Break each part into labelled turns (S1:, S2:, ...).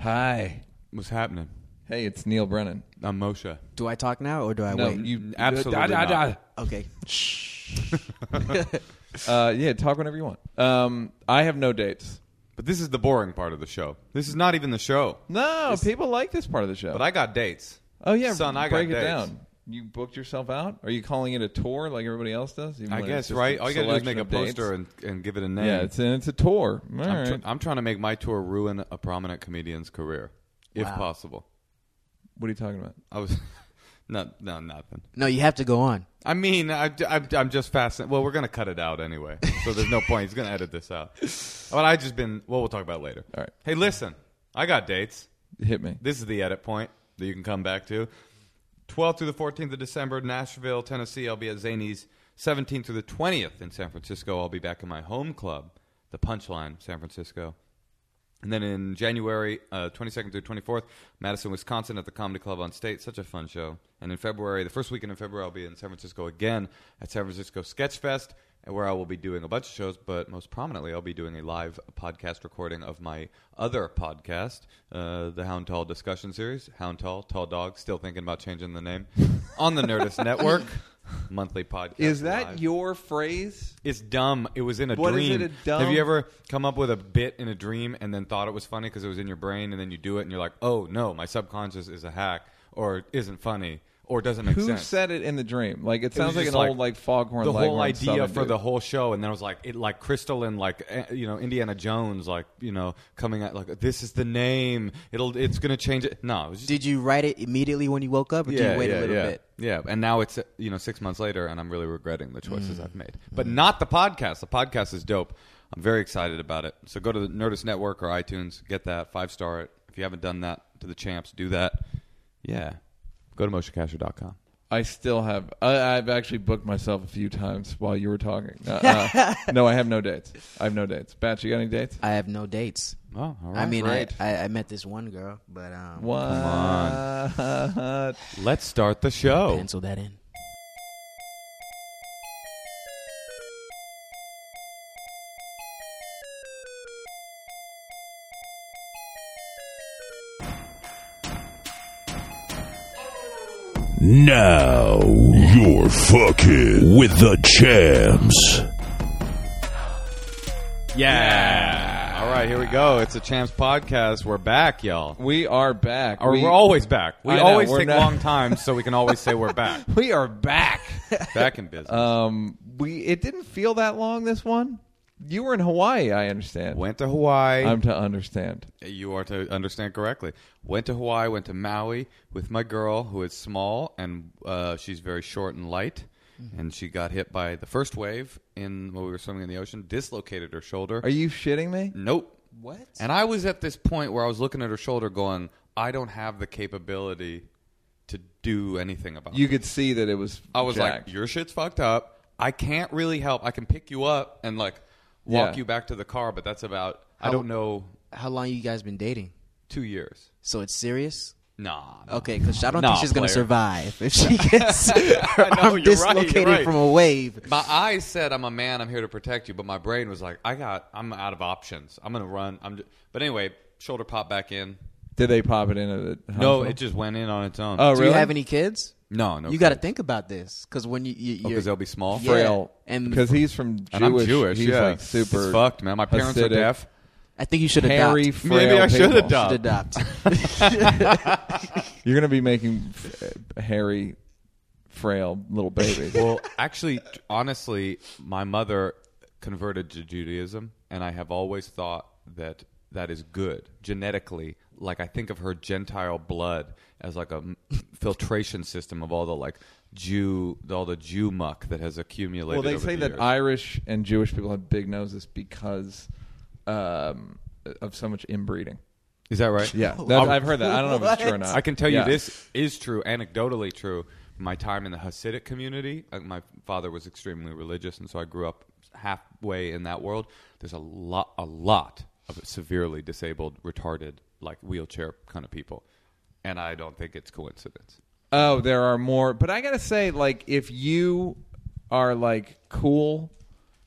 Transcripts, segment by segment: S1: Hi.
S2: What's happening?
S3: Hey, it's Neil Brennan.
S2: I'm Moshe.
S1: Do I talk now or do I
S3: No,
S1: wait?
S3: Uh, you
S2: Absolutely.
S1: Da- da- da-
S2: not.
S1: Okay.
S3: Uh, yeah, talk whenever you want. Um, I have no dates.
S2: But this is the boring part of the show. This is not even the show.
S3: No, people like this part of the show.
S2: But I got dates.
S3: oh yeah,
S2: son, I got
S3: break it
S2: dates.
S3: down. You booked yourself out? Are you calling it a tour like everybody else does? Even
S2: I
S3: when it's
S2: guess,
S3: just
S2: right? All you gotta do is make
S3: selection
S2: a
S3: of dates?
S2: poster and, and give it a name.
S3: yeah, it's and it's a tour. All
S2: I'm, tr-
S3: right.
S2: I'm trying to make my tour ruin a prominent comedian's career, if
S1: Wow.
S2: possible.
S3: what are you talking about?
S2: I was. No, no, nothing.
S1: No, you have to go on.
S2: I mean, I, am just fascinated. Well, we're going to cut it out anyway. So there's no point. He's going to edit this out. But I just been, well, we'll talk about it later.
S3: All right.
S2: Hey, listen, I got dates.
S3: Hit me.
S2: This is the edit point that you can come back to. 12th through the 14th of December, Nashville, Tennessee. I'll be at Zany's. 17th through the 20th in San Francisco. I'll be back in my home club, the Punchline, San Francisco. And then in January uh, 22nd through 24th, Madison, Wisconsin at the Comedy Club on State. Such a fun show. And in February, the first weekend in February, I'll be in San Francisco again at San Francisco Sketch Fest, where I will be doing a bunch of shows, but most prominently, I'll be doing a live podcast recording of my other podcast, uh, the Hound Tall Discussion Series. Hound Tall, Tall Dog, still thinking about changing the name, on the Nerdist Network. Monthly podcast.
S3: Is that
S2: live.
S3: your phrase?
S2: It's dumb. It was in a
S3: What is
S2: dream.
S3: it, a dumb-
S2: Have you ever come up with a bit in a dream and then thought it was funny because it was in your brain, and then you do it and you're like, oh no, my subconscious is a hack or isn't funny or doesn't make
S3: Who
S2: sense.
S3: said it in the dream? Like it
S2: It was
S3: sounds like an
S2: just
S3: old like foghorn.
S2: The whole
S3: Leghorn
S2: idea
S3: Southern
S2: for
S3: dude.
S2: the whole show, and then it was like it like crystalline, like eh, you know Indiana Jones, like you know coming at like this is the name. It'll it's gonna change it. No, it was just
S1: Did you write it immediately when you woke up or did you wait a little
S2: yeah.
S1: bit?
S2: Yeah, and now it's uh, you know six months later, and I'm really regretting the choices I've made. But not the podcast. The podcast is dope. I'm very excited about it. So go to the Nerdist Network or iTunes, get that five star it. If you haven't done that to the champs, do that. Yeah, go to motiocasher.com.
S3: I still have. I, I've actually booked myself a few times while you were talking. Uh, uh, no, I have no dates. I have no dates. Batch, you got any dates?
S1: I have no dates.
S2: Oh, all right.
S1: I mean, I,
S2: Great.
S1: I, I met this one girl, but um,
S3: What?
S2: let's start the show.
S1: pencil that in.
S4: Now you're fucking with the champs.
S2: Yeah. All right, here we go. It's a champs podcast. We're back, y'all.
S3: We are back.
S2: Or
S3: we,
S2: we, are always back. We
S3: I know,
S2: always
S3: we're
S2: take
S3: not-
S2: long times, so we can always say we're back.
S3: we are back.
S2: Back in business.
S3: um, we it didn't feel that long. This one, you were in Hawaii. I understand.
S2: Went to Hawaii.
S3: I'm to understand.
S2: You are to understand correctly. Went to Hawaii, went to Maui with my girl, who is small and uh, she's very short and light.
S3: Mm-hmm.
S2: And she got hit by the first wave in when we were swimming in the ocean, dislocated her shoulder.
S3: Are you shitting me?
S2: nope. What?
S1: Uh,
S2: And I was at this point where I was looking at her shoulder, going, "I don't have the capability to do anything about
S3: You could see that it was.
S2: I was
S3: jacked.
S2: like, "Your shit's fucked up. I can't really help. I can pick you up and like walk
S3: Yeah.
S2: you back to the car, but that's about. I
S1: How-
S2: don't know.
S1: How long you guys been dating?
S2: Two years.
S1: So it's serious.
S2: Nah. nah.
S1: Okay, because I don't
S2: Nah,
S1: think she's gonna
S2: player.
S1: survive if she gets her
S2: I know, you're
S1: arm
S2: right, you're
S1: dislocated
S2: right.
S1: from a wave.
S2: My eyes said, "I'm a man. I'm here to protect you," but my brain was like, "I got. I'm out of options. I'm gonna run. I'm." Just, but anyway, shoulder popped back in.
S3: did they pop it into the?
S2: No,
S3: hospital?
S2: it just went in on its own.
S3: Oh,
S1: Do
S3: really?
S1: you have any kids?
S2: no, no.
S1: you got to think about this because when you, you you're-
S2: because they'll be small.
S1: Yeah.
S3: Frail,
S1: and-
S3: because he's from Jewish.
S2: And I'm Jewish.
S3: He's
S2: yeah,
S3: like super
S2: It's fucked, man. My parents are
S3: Hasidic,
S2: deaf.
S1: I think you should adopt.
S3: Hairy,
S1: should
S3: frail
S2: Maybe I should
S3: people.
S2: adopt.
S1: adopt.
S3: You're gonna be making uh, hairy, frail little babies.
S2: well, actually, t- honestly, my mother converted to Judaism, and I have always thought that that is good genetically. Like I think of her Gentile blood as like a m- filtration system of all the like Jew, all the Jew muck that has
S3: well,
S2: accumulated.
S3: they
S2: over
S3: say
S2: the
S3: that
S2: years.
S3: Irish and Jewish people have big noses because um, of so much inbreeding.
S2: is that right?
S3: Yeah,
S2: I'll-
S3: that, I've heard that. I don't know if it's true or
S1: What?
S3: not.
S2: Um, I can tell
S3: Uh, Yeah.
S2: you this is true, anecdotally true. My time in the Hasidic community, uh, my father was extremely religious, and so I grew up halfway in that world. There's a lot, a lot of severely disabled, retarded, like wheelchair kind of people, and I don't think it's coincidence.
S3: Oh, there are more, but I gotta say, like, if you are like cool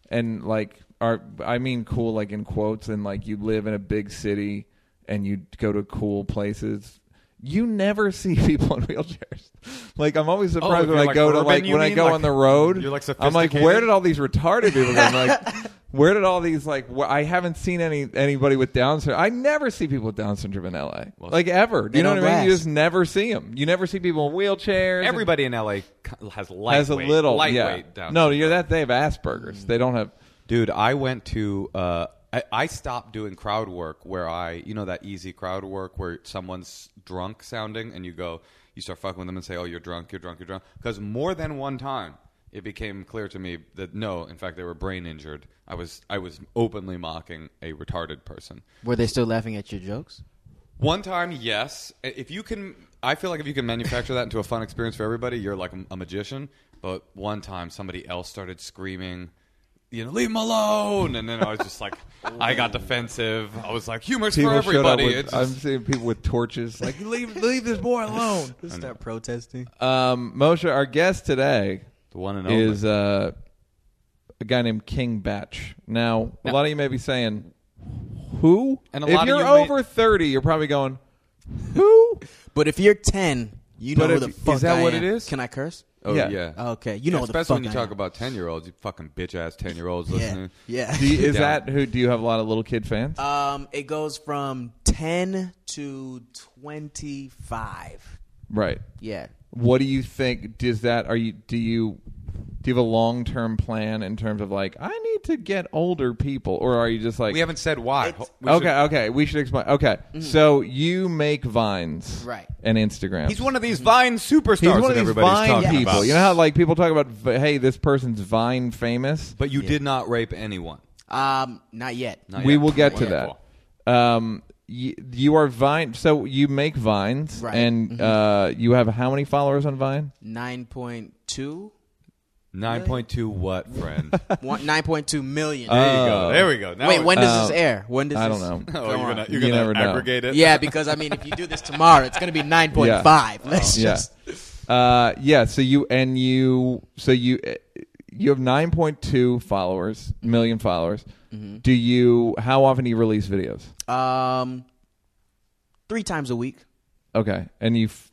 S3: and like are, I mean, cool like in quotes, and like you live in a big city and you go to cool places. You never see people in wheelchairs. Like I'm always surprised
S2: Oh, if
S3: when
S2: you're,
S3: I
S2: like,
S3: go to
S2: urban,
S3: like
S2: you
S3: when I
S2: mean?
S3: go
S2: Like,
S3: on the road.
S2: you're, like,
S3: I'm like,
S2: sophisticated?
S3: where did all these retarded people go? I'm like, where did all these like? Wh- I haven't seen any anybody with Down syndrome. I never see people with Down syndrome in LA. like ever. Do you
S1: they
S3: know what
S1: don't
S3: I mean? You
S1: last.
S3: just never see them. You never see people in wheelchairs. and-
S2: Everybody in LA co- has lightweight,
S3: has a little
S2: lightweight
S3: yeah.
S2: down.
S3: No,
S2: syndrome.
S3: you're that they have Asperger's. They don't have.
S2: Dude, I went to. Uh, I, I stopped doing crowd work where I, you know, that easy crowd work where someone's drunk sounding and you go, you start fucking with them and say, oh, you're drunk, you're drunk, you're drunk. Because more than one time, it became clear to me that no, in fact, they were brain injured. I was, I was openly mocking a retarded person.
S1: Were they still laughing at your jokes?
S2: One time, yes. I- If you can, I feel like if you can manufacture that into a fun experience for everybody, you're like a, a magician. But one time, somebody else started screaming, you know, leave him alone. And then I was just like, I got defensive. I was like, humor's
S3: People
S2: for
S3: showed up
S2: everybody.
S3: with,
S2: It's
S3: I'm
S2: just-
S3: seeing people with torches. Like leave, leave this boy alone.
S1: Start protesting.
S3: Um, Moshe, our guest today
S2: the one and only.
S3: is uh, a guy named King Batch. Now, a lot of you may be saying, "Who?"
S2: And a
S3: if
S2: lot of
S3: you're
S2: you may-
S3: over thirty, you're probably going, "Who?"
S1: But if you're ten, you know
S2: But
S1: who
S2: if-
S1: the
S2: is
S1: fuck
S2: that
S1: I
S2: what
S1: am.
S2: it is?
S1: Can I curse?
S2: oh,
S3: yeah.
S2: yeah.
S1: Okay, you know who the
S2: Especially when you
S1: fuck I
S2: talk
S1: am.
S2: about 10 year olds, you fucking bitch ass 10 year olds
S1: Yeah,
S2: listening.
S1: yeah.
S3: Do you- is
S2: Yeah. Uh,
S3: that who? Do you have a lot of little kid fans?
S1: um, it goes from ten to twenty-five.
S3: right.
S1: Yeah.
S3: What do you think? Does that are you? Do you? Do you have a long term plan in terms of like I need to get older people, or are you just like
S2: We haven't said why.
S1: It's-
S2: We
S3: okay,
S2: should- Mm-hmm.
S3: okay. We should explain. Okay, so you make vines,
S1: Right.
S3: And Instagram.
S2: he's one of these Vine superstars
S3: He's one of
S2: that
S3: these Vine
S2: everybody's talking
S3: people.
S2: about.
S3: You know how like people talk about, v- hey, this person's Vine famous.
S2: but you did not rape anyone.
S1: Um, not yet.
S2: Not
S3: we
S2: yet.
S3: will get to
S2: Wonderful.
S3: that. Um, you, you are Vine, so you make vines,
S1: Right.
S3: and
S2: Mm-hmm.
S3: uh, you have how many followers on Vine?
S1: Nine point two.
S2: 9.2 what, friend?
S1: One- 9.2 million.
S2: There you go. There we go. Now
S1: Wait,
S2: we-
S1: when does
S3: Uh,
S1: this air? When does
S3: I
S1: this?
S3: don't know.
S2: Oh, you're gonna, you're
S3: You
S2: gonna
S3: never know.
S2: aggregate it.
S1: Yeah, because I mean, if you do this tomorrow, it's gonna be 9.5. Let's
S3: yeah.
S1: just.
S3: Uh, yeah. So you and you. So you. uh, You have 9.2 followers, million followers. Do you? How often do you release videos?
S1: Um, three times a week.
S3: Okay, and you. f-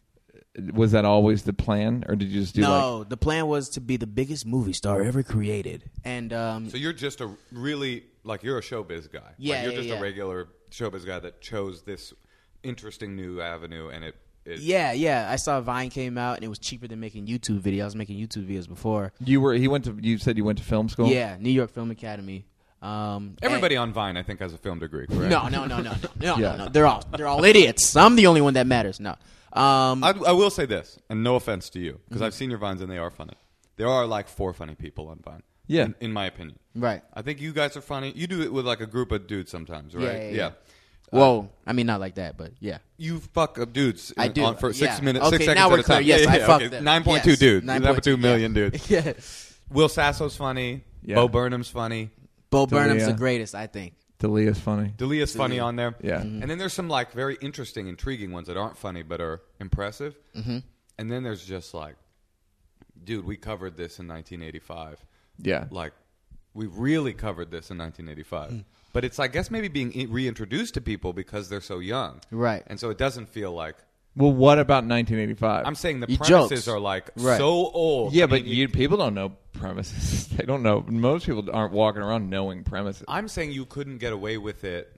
S3: Was that always the plan, or did you just do like?
S1: no, the plan was to be the biggest movie star ever created, and um,
S2: So you're just a really like you're a showbiz guy.
S1: Yeah,
S2: Like, you're
S1: yeah,
S2: just
S1: yeah.
S2: a regular showbiz guy that chose this interesting new avenue, and it. it
S1: yeah, yeah. I saw Vine came out, and it was cheaper than making YouTube videos. I was making YouTube videos before.
S3: You were. He went to. You said you went to film school.
S1: Yeah, New York Film Academy. Um,
S2: Everybody on Vine, I think, has a film degree. Correct?
S1: and- no, no, no, no, no, no,
S3: Yeah.
S1: no, no. They're all they're all idiots. I'm the only one that matters. No. Um,
S2: I, I will say this, and no offense to you, because I've seen your vines and they are funny. There are like four funny people on Vine.
S3: Yeah.
S2: in, in my opinion.
S1: Right.
S2: I think you guys are funny. You do it with like a group of dudes sometimes, right?
S1: yeah, yeah.
S2: Uh,
S1: whoa, I mean, not like that, but yeah.
S2: You fuck up dudes.
S1: I
S2: in-
S1: do.
S2: on for six
S1: Yeah.
S2: minutes,
S1: Okay,
S2: six seconds
S1: now
S2: at
S1: we're
S2: a time.
S1: clear. Yes, I fucked them.
S2: Nine point two
S1: Yes,
S2: dudes.
S1: 9.2,
S2: 9.2 million dudes.
S1: Yes.
S2: Will Sasso's funny.
S3: Yeah.
S2: Bo Burnham's funny.
S1: Bo Burnham's
S3: yeah.
S1: the greatest, I think.
S3: Delia's funny.
S2: Delia's funny on there.
S3: Yeah.
S1: Mm-hmm.
S3: Mhm.
S2: And then there's some like very interesting, intriguing ones that aren't funny but are impressive. Mm-hmm. And then there's just like, dude, we covered this in 1985.
S3: Yeah.
S2: Like, we really covered this in 1985.
S1: Hmm.
S2: But it's, I guess, maybe being i- reintroduced to people because they're so young.
S1: Right.
S2: And so it doesn't feel like.
S3: Well, what about 1985?
S2: I'm saying the
S1: Your
S2: premises
S1: jokes.
S2: are like
S1: Right.
S2: so old.
S3: yeah,
S2: I
S3: but
S2: mean,
S3: you people don't know premises. they don't know. Most people aren't walking around knowing premises.
S2: I'm saying you couldn't get away with it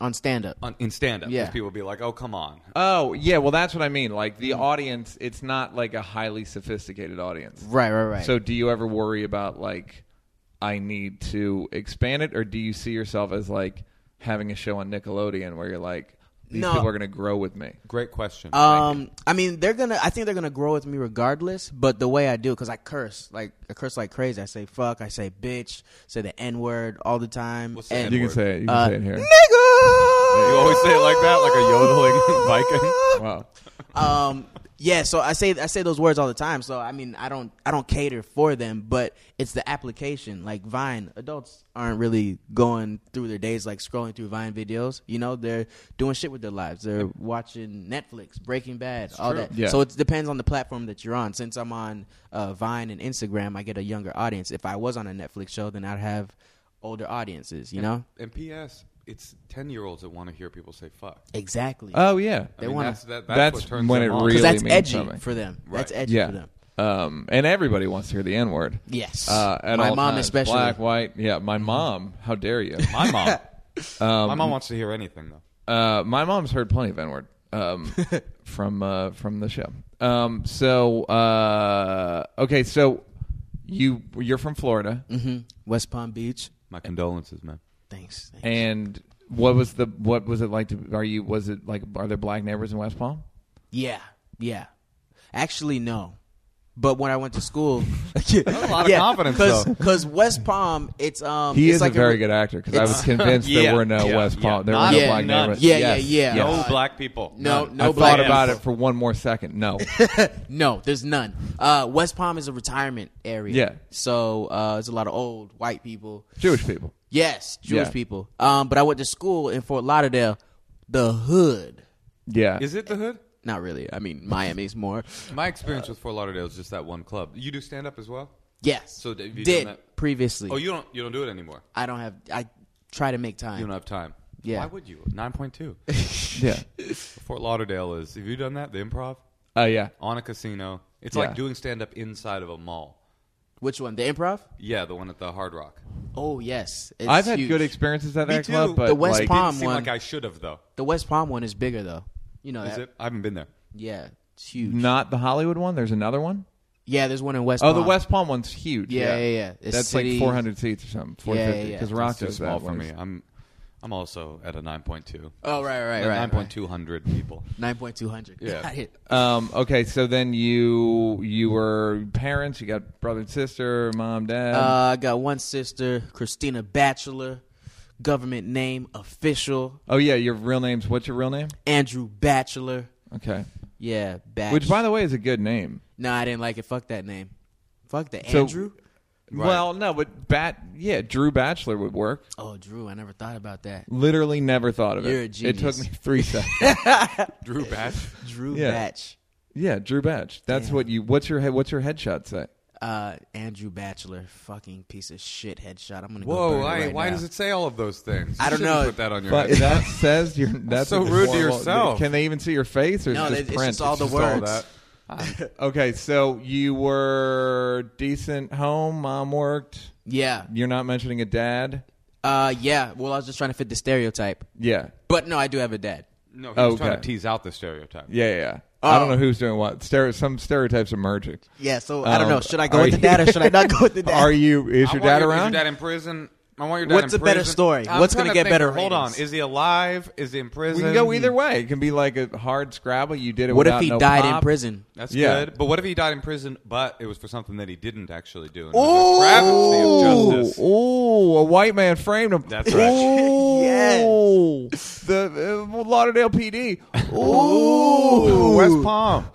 S1: On stand up.
S2: on, in stand up.
S1: Yeah.
S2: People would be like, oh, come on.
S3: Oh, yeah. Well, that's what I mean. Like
S1: Hmm.
S3: the audience, it's not like a highly sophisticated audience.
S1: Right, right, right.
S3: So, do you ever worry about like I need to expand it, or do you see yourself as like having a show on Nickelodeon where you're like these
S1: No.
S3: people are going to grow with me?
S2: Great question.
S1: um, I mean, they're gonna. I think they're gonna grow with me regardless. But the way I do, because I curse like I curse like crazy. I say fuck. I say bitch. Say the n word all the time.
S2: What's the
S1: and-
S2: N-word?
S3: say it. You can
S1: Uh,
S3: say it here.
S1: Nigga.
S2: You always say it like that, like a yodeling
S3: Wow.
S2: Viking.
S1: um yeah so i say i say those words all the time so i mean i don't i don't cater for them but it's the application like vine adults aren't really going through their days like scrolling through vine videos you know they're doing shit with their lives they're watching netflix breaking bad all
S2: true.
S1: that
S3: Yeah.
S1: so it depends on the platform that you're on since i'm on uh, vine and instagram i get a younger audience if i was on a netflix show then i'd have older audiences you know
S2: And P.S. it's ten year olds that want to hear people say fuck.
S1: Exactly.
S3: Oh yeah.
S2: I
S1: They
S2: mean,
S1: wanna-
S2: that's, that, that's,
S3: That's
S2: what turns
S3: when
S2: them
S3: it
S2: on.
S3: really-
S1: Because that's
S3: means
S1: edgy
S3: something.
S1: for them. That's
S2: Right.
S1: edgy for
S3: yeah.
S1: them.
S3: Um, and everybody wants to hear the N word.
S1: Yes.
S3: Uh, at
S1: My
S3: all
S1: mom
S3: times.
S1: especially. Mm-hmm.
S3: Black, white. Yeah. My mom. How dare you?
S2: My mom. my mom wants to hear anything though.
S3: Uh, my mom's heard plenty of N word um, from uh, from the show. Um, so uh, okay, so you you're from Florida,
S1: hmm West Palm Beach.
S2: My condolences, man.
S1: Thanks. thanks.
S3: and what was the what was it like? To, are you was it like are there black neighbors in West Palm?
S1: yeah. Yeah. Actually, no. But when I went to school, a
S2: lot of confidence, though.
S1: because West Palm, it's um,
S3: He
S1: it's
S3: is
S1: like
S3: a very
S1: re-
S3: good actor because I was
S1: it's-
S3: convinced
S2: yeah,
S3: there were no
S2: yeah,
S3: West Palm,
S2: yeah.
S3: there
S2: Not-
S3: were no
S1: yeah,
S3: black
S2: none.
S3: neighbors.
S1: Yeah,
S3: Yes,
S1: yeah, yeah.
S3: yes.
S2: No black people.
S1: No,
S2: None.
S1: no
S3: I
S1: black
S3: thought about it
S1: people.
S3: for one more second. No,
S1: No, there's none. Uh, West Palm is a retirement area.
S3: Yeah.
S1: So uh, there's a lot of old white people.
S3: Jewish people.
S1: Yes, Jewish
S3: Yeah.
S1: people. Um, but I went to school in Fort Lauderdale, the hood.
S3: Yeah,
S2: Is it the hood?
S1: Not really. I mean, Miami's more.
S2: My experience with Fort Lauderdale is just that one club. You do stand up as well?
S1: Yes.
S2: So have you done
S1: did
S2: that?
S1: previously.
S2: Oh, you don't. You don't do it anymore.
S1: I don't have. I try to make time.
S2: You don't have time.
S1: Yeah.
S2: Why would you? Nine point two.
S3: yeah,
S2: Fort Lauderdale is. Have you done that? The improv
S3: uh, yeah.
S2: on a casino. It's
S3: Yeah.
S2: like doing stand up inside of a mall.
S1: Which one? The improv?
S2: Yeah, the one at the Hard Rock.
S1: Oh yes. It's
S3: I've had
S1: huge.
S3: good experiences at
S2: Me
S3: that
S2: too.
S3: club, but
S1: The West
S3: like,
S1: Palm-
S2: Didn't seem
S1: one.
S2: like I should have though.
S1: The West Palm one is bigger though. You know
S2: Is
S1: that?
S2: it? I haven't been there.
S1: Yeah, it's huge.
S3: not the Hollywood one. There's another one.
S1: Yeah, there's one in West.
S3: Oh,
S1: Palm.
S3: the West Palm one's huge.
S1: Yeah, yeah, yeah. It's
S3: That's
S1: city-
S3: like 400 seats or something. 450.
S1: Yeah, yeah,
S3: Because
S1: yeah.
S3: Rock
S2: It's too
S3: does
S2: small
S3: that
S2: for
S3: once.
S2: me. I'm. I'm also at a nine point two.
S1: Oh right, right, right.
S2: Nine point two hundred people.
S1: Nine point two hundred.
S2: Yeah.
S3: Um, okay, so then you you were parents. You got brother and sister, mom, dad.
S1: Uh, I got one sister, Christina Bachelor, government name official,
S3: oh yeah, your real name's what's your real name?
S1: Andrew Bachelor.
S3: Okay,
S1: Yeah, Batch.
S3: which by the way is a good name.
S1: no, I didn't like it. Fuck that name. Fuck the
S3: So-
S1: Andrew.
S3: Well, no, but bat yeah, Drew Bachelor would work.
S1: Oh, Drew, I never thought about that.
S3: Literally never thought of
S1: You're a
S3: it. It
S1: genius.
S3: took me three seconds.
S2: Drew Batch.
S1: Drew
S3: Yeah.
S1: Batch,
S3: yeah, Drew Batch. That's what you. What's your head? What's your headshot say?
S1: uh, Andrew Bachelor, fucking piece of shit headshot. I'm gonna. go burn
S2: Whoa!
S1: it
S2: I,
S1: right
S2: why
S1: now.
S2: does it say all of those things?
S1: I
S2: You
S1: don't
S2: shouldn't
S1: know.
S2: Put that on your
S3: But
S2: head.
S3: that says you're. That's
S2: so rude to
S3: horrible-
S2: yourself.
S3: Can they even see your face or
S1: No,
S3: is it
S1: it's
S3: just
S1: just
S3: print?
S1: all the
S3: just
S1: words.
S3: Okay, so you were decent home. Mom worked.
S1: Yeah.
S3: You're not mentioning a dad.
S1: Uh, yeah. Well, I was just trying to fit the stereotype.
S3: Yeah,
S1: But no, I do have a dad.
S2: No, he was trying
S3: Okay.
S2: to tease out the stereotype.
S3: yeah, yeah. yeah. I
S1: Oh.
S3: don't know who's doing what. Stere- some stereotypes are merging.
S1: Yeah, so I don't
S3: Um,
S1: know. Should I go
S3: are
S1: with the
S3: you-
S1: dad or should I not go with the dad?
S3: Are you? Is your
S2: I want
S3: dad
S2: Is
S3: around?
S2: your dad in prison? I want your dad
S1: What's
S2: in
S1: a better
S2: prison.
S1: story?
S2: I'm
S1: What's
S2: trying
S1: gonna
S2: to
S1: get
S2: think.
S1: better
S2: Hold
S1: ratings?
S2: on. Is he alive? Is he in prison?
S3: we can go either way. It can be like a hard Scrabble. You did it.
S1: what if
S3: without
S1: he
S3: no
S1: died in
S3: pop.
S1: prison?
S2: That's
S3: Yeah.
S2: good. But what if he died in prison, but it was for something that he didn't actually do? And it
S1: Ooh.
S2: was a travesty of
S3: Ooh,
S2: justice. Oh,
S3: ooh, a white man framed him.
S2: That's right.
S3: Ooh,
S1: Yes.
S3: the uh, Lauderdale PD.
S1: Ooh.
S2: West Palm.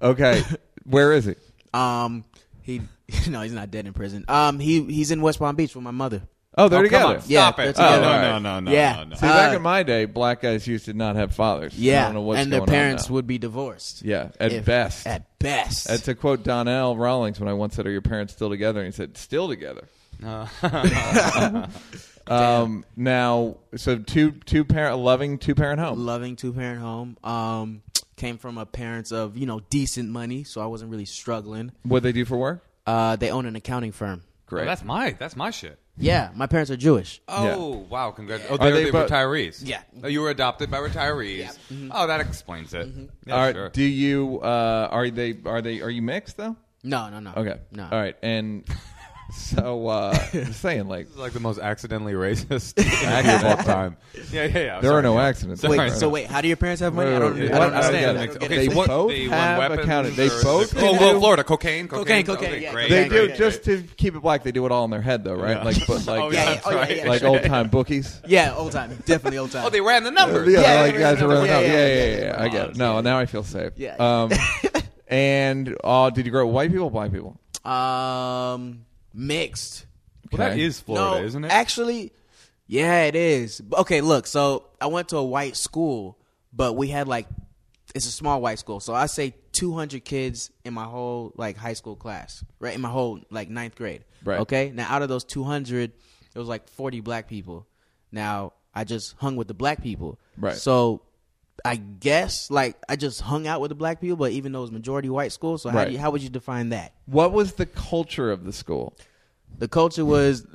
S3: Okay, where is he?
S1: Um, he no, he's not dead in prison. Um, he he's in West Palm Beach with my mother.
S3: Oh, they're
S2: Oh,
S3: together.
S2: come on.
S1: Yeah,
S2: Stop
S1: they're
S2: it.
S1: together.
S2: no,
S3: Oh,
S2: no,
S3: alright.
S2: no, no,
S1: Yeah.
S2: no, no.
S3: See, back
S1: Uh,
S3: in my day, black guys used to not have fathers. I
S1: Yeah,
S3: don't know what's
S1: and their
S3: going on
S1: parents
S3: now.
S1: would be divorced.
S3: Yeah, at
S1: If-
S3: best.
S1: At best.
S3: Uh, to quote Donnell Rawlings, when I once said, "Are your parents still together?" and he said, "Still together."
S1: Uh.
S3: um, now, so two two parent loving two parent home.
S1: Loving two parent home. Um, came from a parents of you know decent money, so I wasn't really struggling.
S3: What they do for work?
S1: Uh, they own an accounting firm.
S2: Oh,
S3: Great.
S2: that's my. That's my shit.
S1: Yeah, my parents are Jewish.
S2: Oh wow! Congrats! Oh, they
S3: Are
S2: were
S3: they
S2: the
S3: both-
S2: retirees.
S1: Yeah.
S2: Oh, you were adopted by retirees. Oh, that explains it. Yeah,
S3: All right.
S2: sure.
S3: Do you uh, are they are they are you mixed though?
S1: No, no, no.
S3: Okay.
S1: no.
S3: All right. And so uh, just saying like
S2: This is like the most accidentally racist interview of all time. Yeah, yeah, yeah.
S3: there are
S2: Sorry.
S3: no accidents.
S1: Wait,
S2: Sorry.
S1: so wait, how do your parents have money? I don't,
S3: Wait,
S1: I
S3: what?
S1: don't
S3: I don't get
S1: understand.
S3: it.
S1: I don't get
S3: Okay,
S1: it.
S3: so what- both have accounted. They both
S2: Oh,
S3: can
S2: well,
S3: do-
S2: Florida cocaine, cocaine,
S1: Cocaine, cocaine, yeah,
S2: great.
S3: They
S1: Yeah,
S3: do
S1: yeah,
S3: just to keep it black. They do it all in their head though, right? Like but like
S2: Oh, yeah,
S1: yeah, oh, yeah,
S2: that's right.
S1: yeah.
S3: like old time bookies.
S1: Yeah, old time. Definitely old time.
S2: Oh, they ran the numbers.
S3: Yeah,
S1: yeah,
S3: like
S1: yeah,
S3: guys
S1: yeah,
S3: are running
S1: yeah,
S3: up. Yeah,
S1: yeah,
S3: yeah, yeah.
S1: yeah, yeah.
S3: I get it. No, now I feel safe.
S1: Yeah,
S3: Um, and uh, did you grow up with white people, black people?
S1: Um, mixed.
S2: Well, that
S3: Okay.
S2: is Florida,
S1: no,
S2: isn't it?
S1: Actually, yeah, it is. B- Okay, look. So I went to a white school, but we had like it's a small white school. So I say 200 kids in my whole like high school class, right? In my whole like ninth grade.
S3: Right.
S1: Okay. Now out of those 200, it was like 40 black people. Now I just hung with the black people.
S3: Right.
S1: So I guess like I just hung out with the black people, but even though it was majority white school, so how
S3: Right.
S1: do you, how would you define that?
S3: What was the culture of the school?
S1: The culture was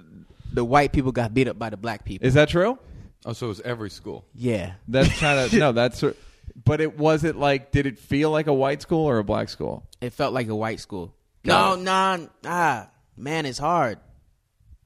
S1: the white people got beat up by the black people.
S3: Is that true?
S2: Oh, so it was every school.
S1: yeah.
S3: That's kind of no. That's but it was it like did it feel like a white school or a black school?
S1: It felt like a white school. No, no, ah, man, it's hard.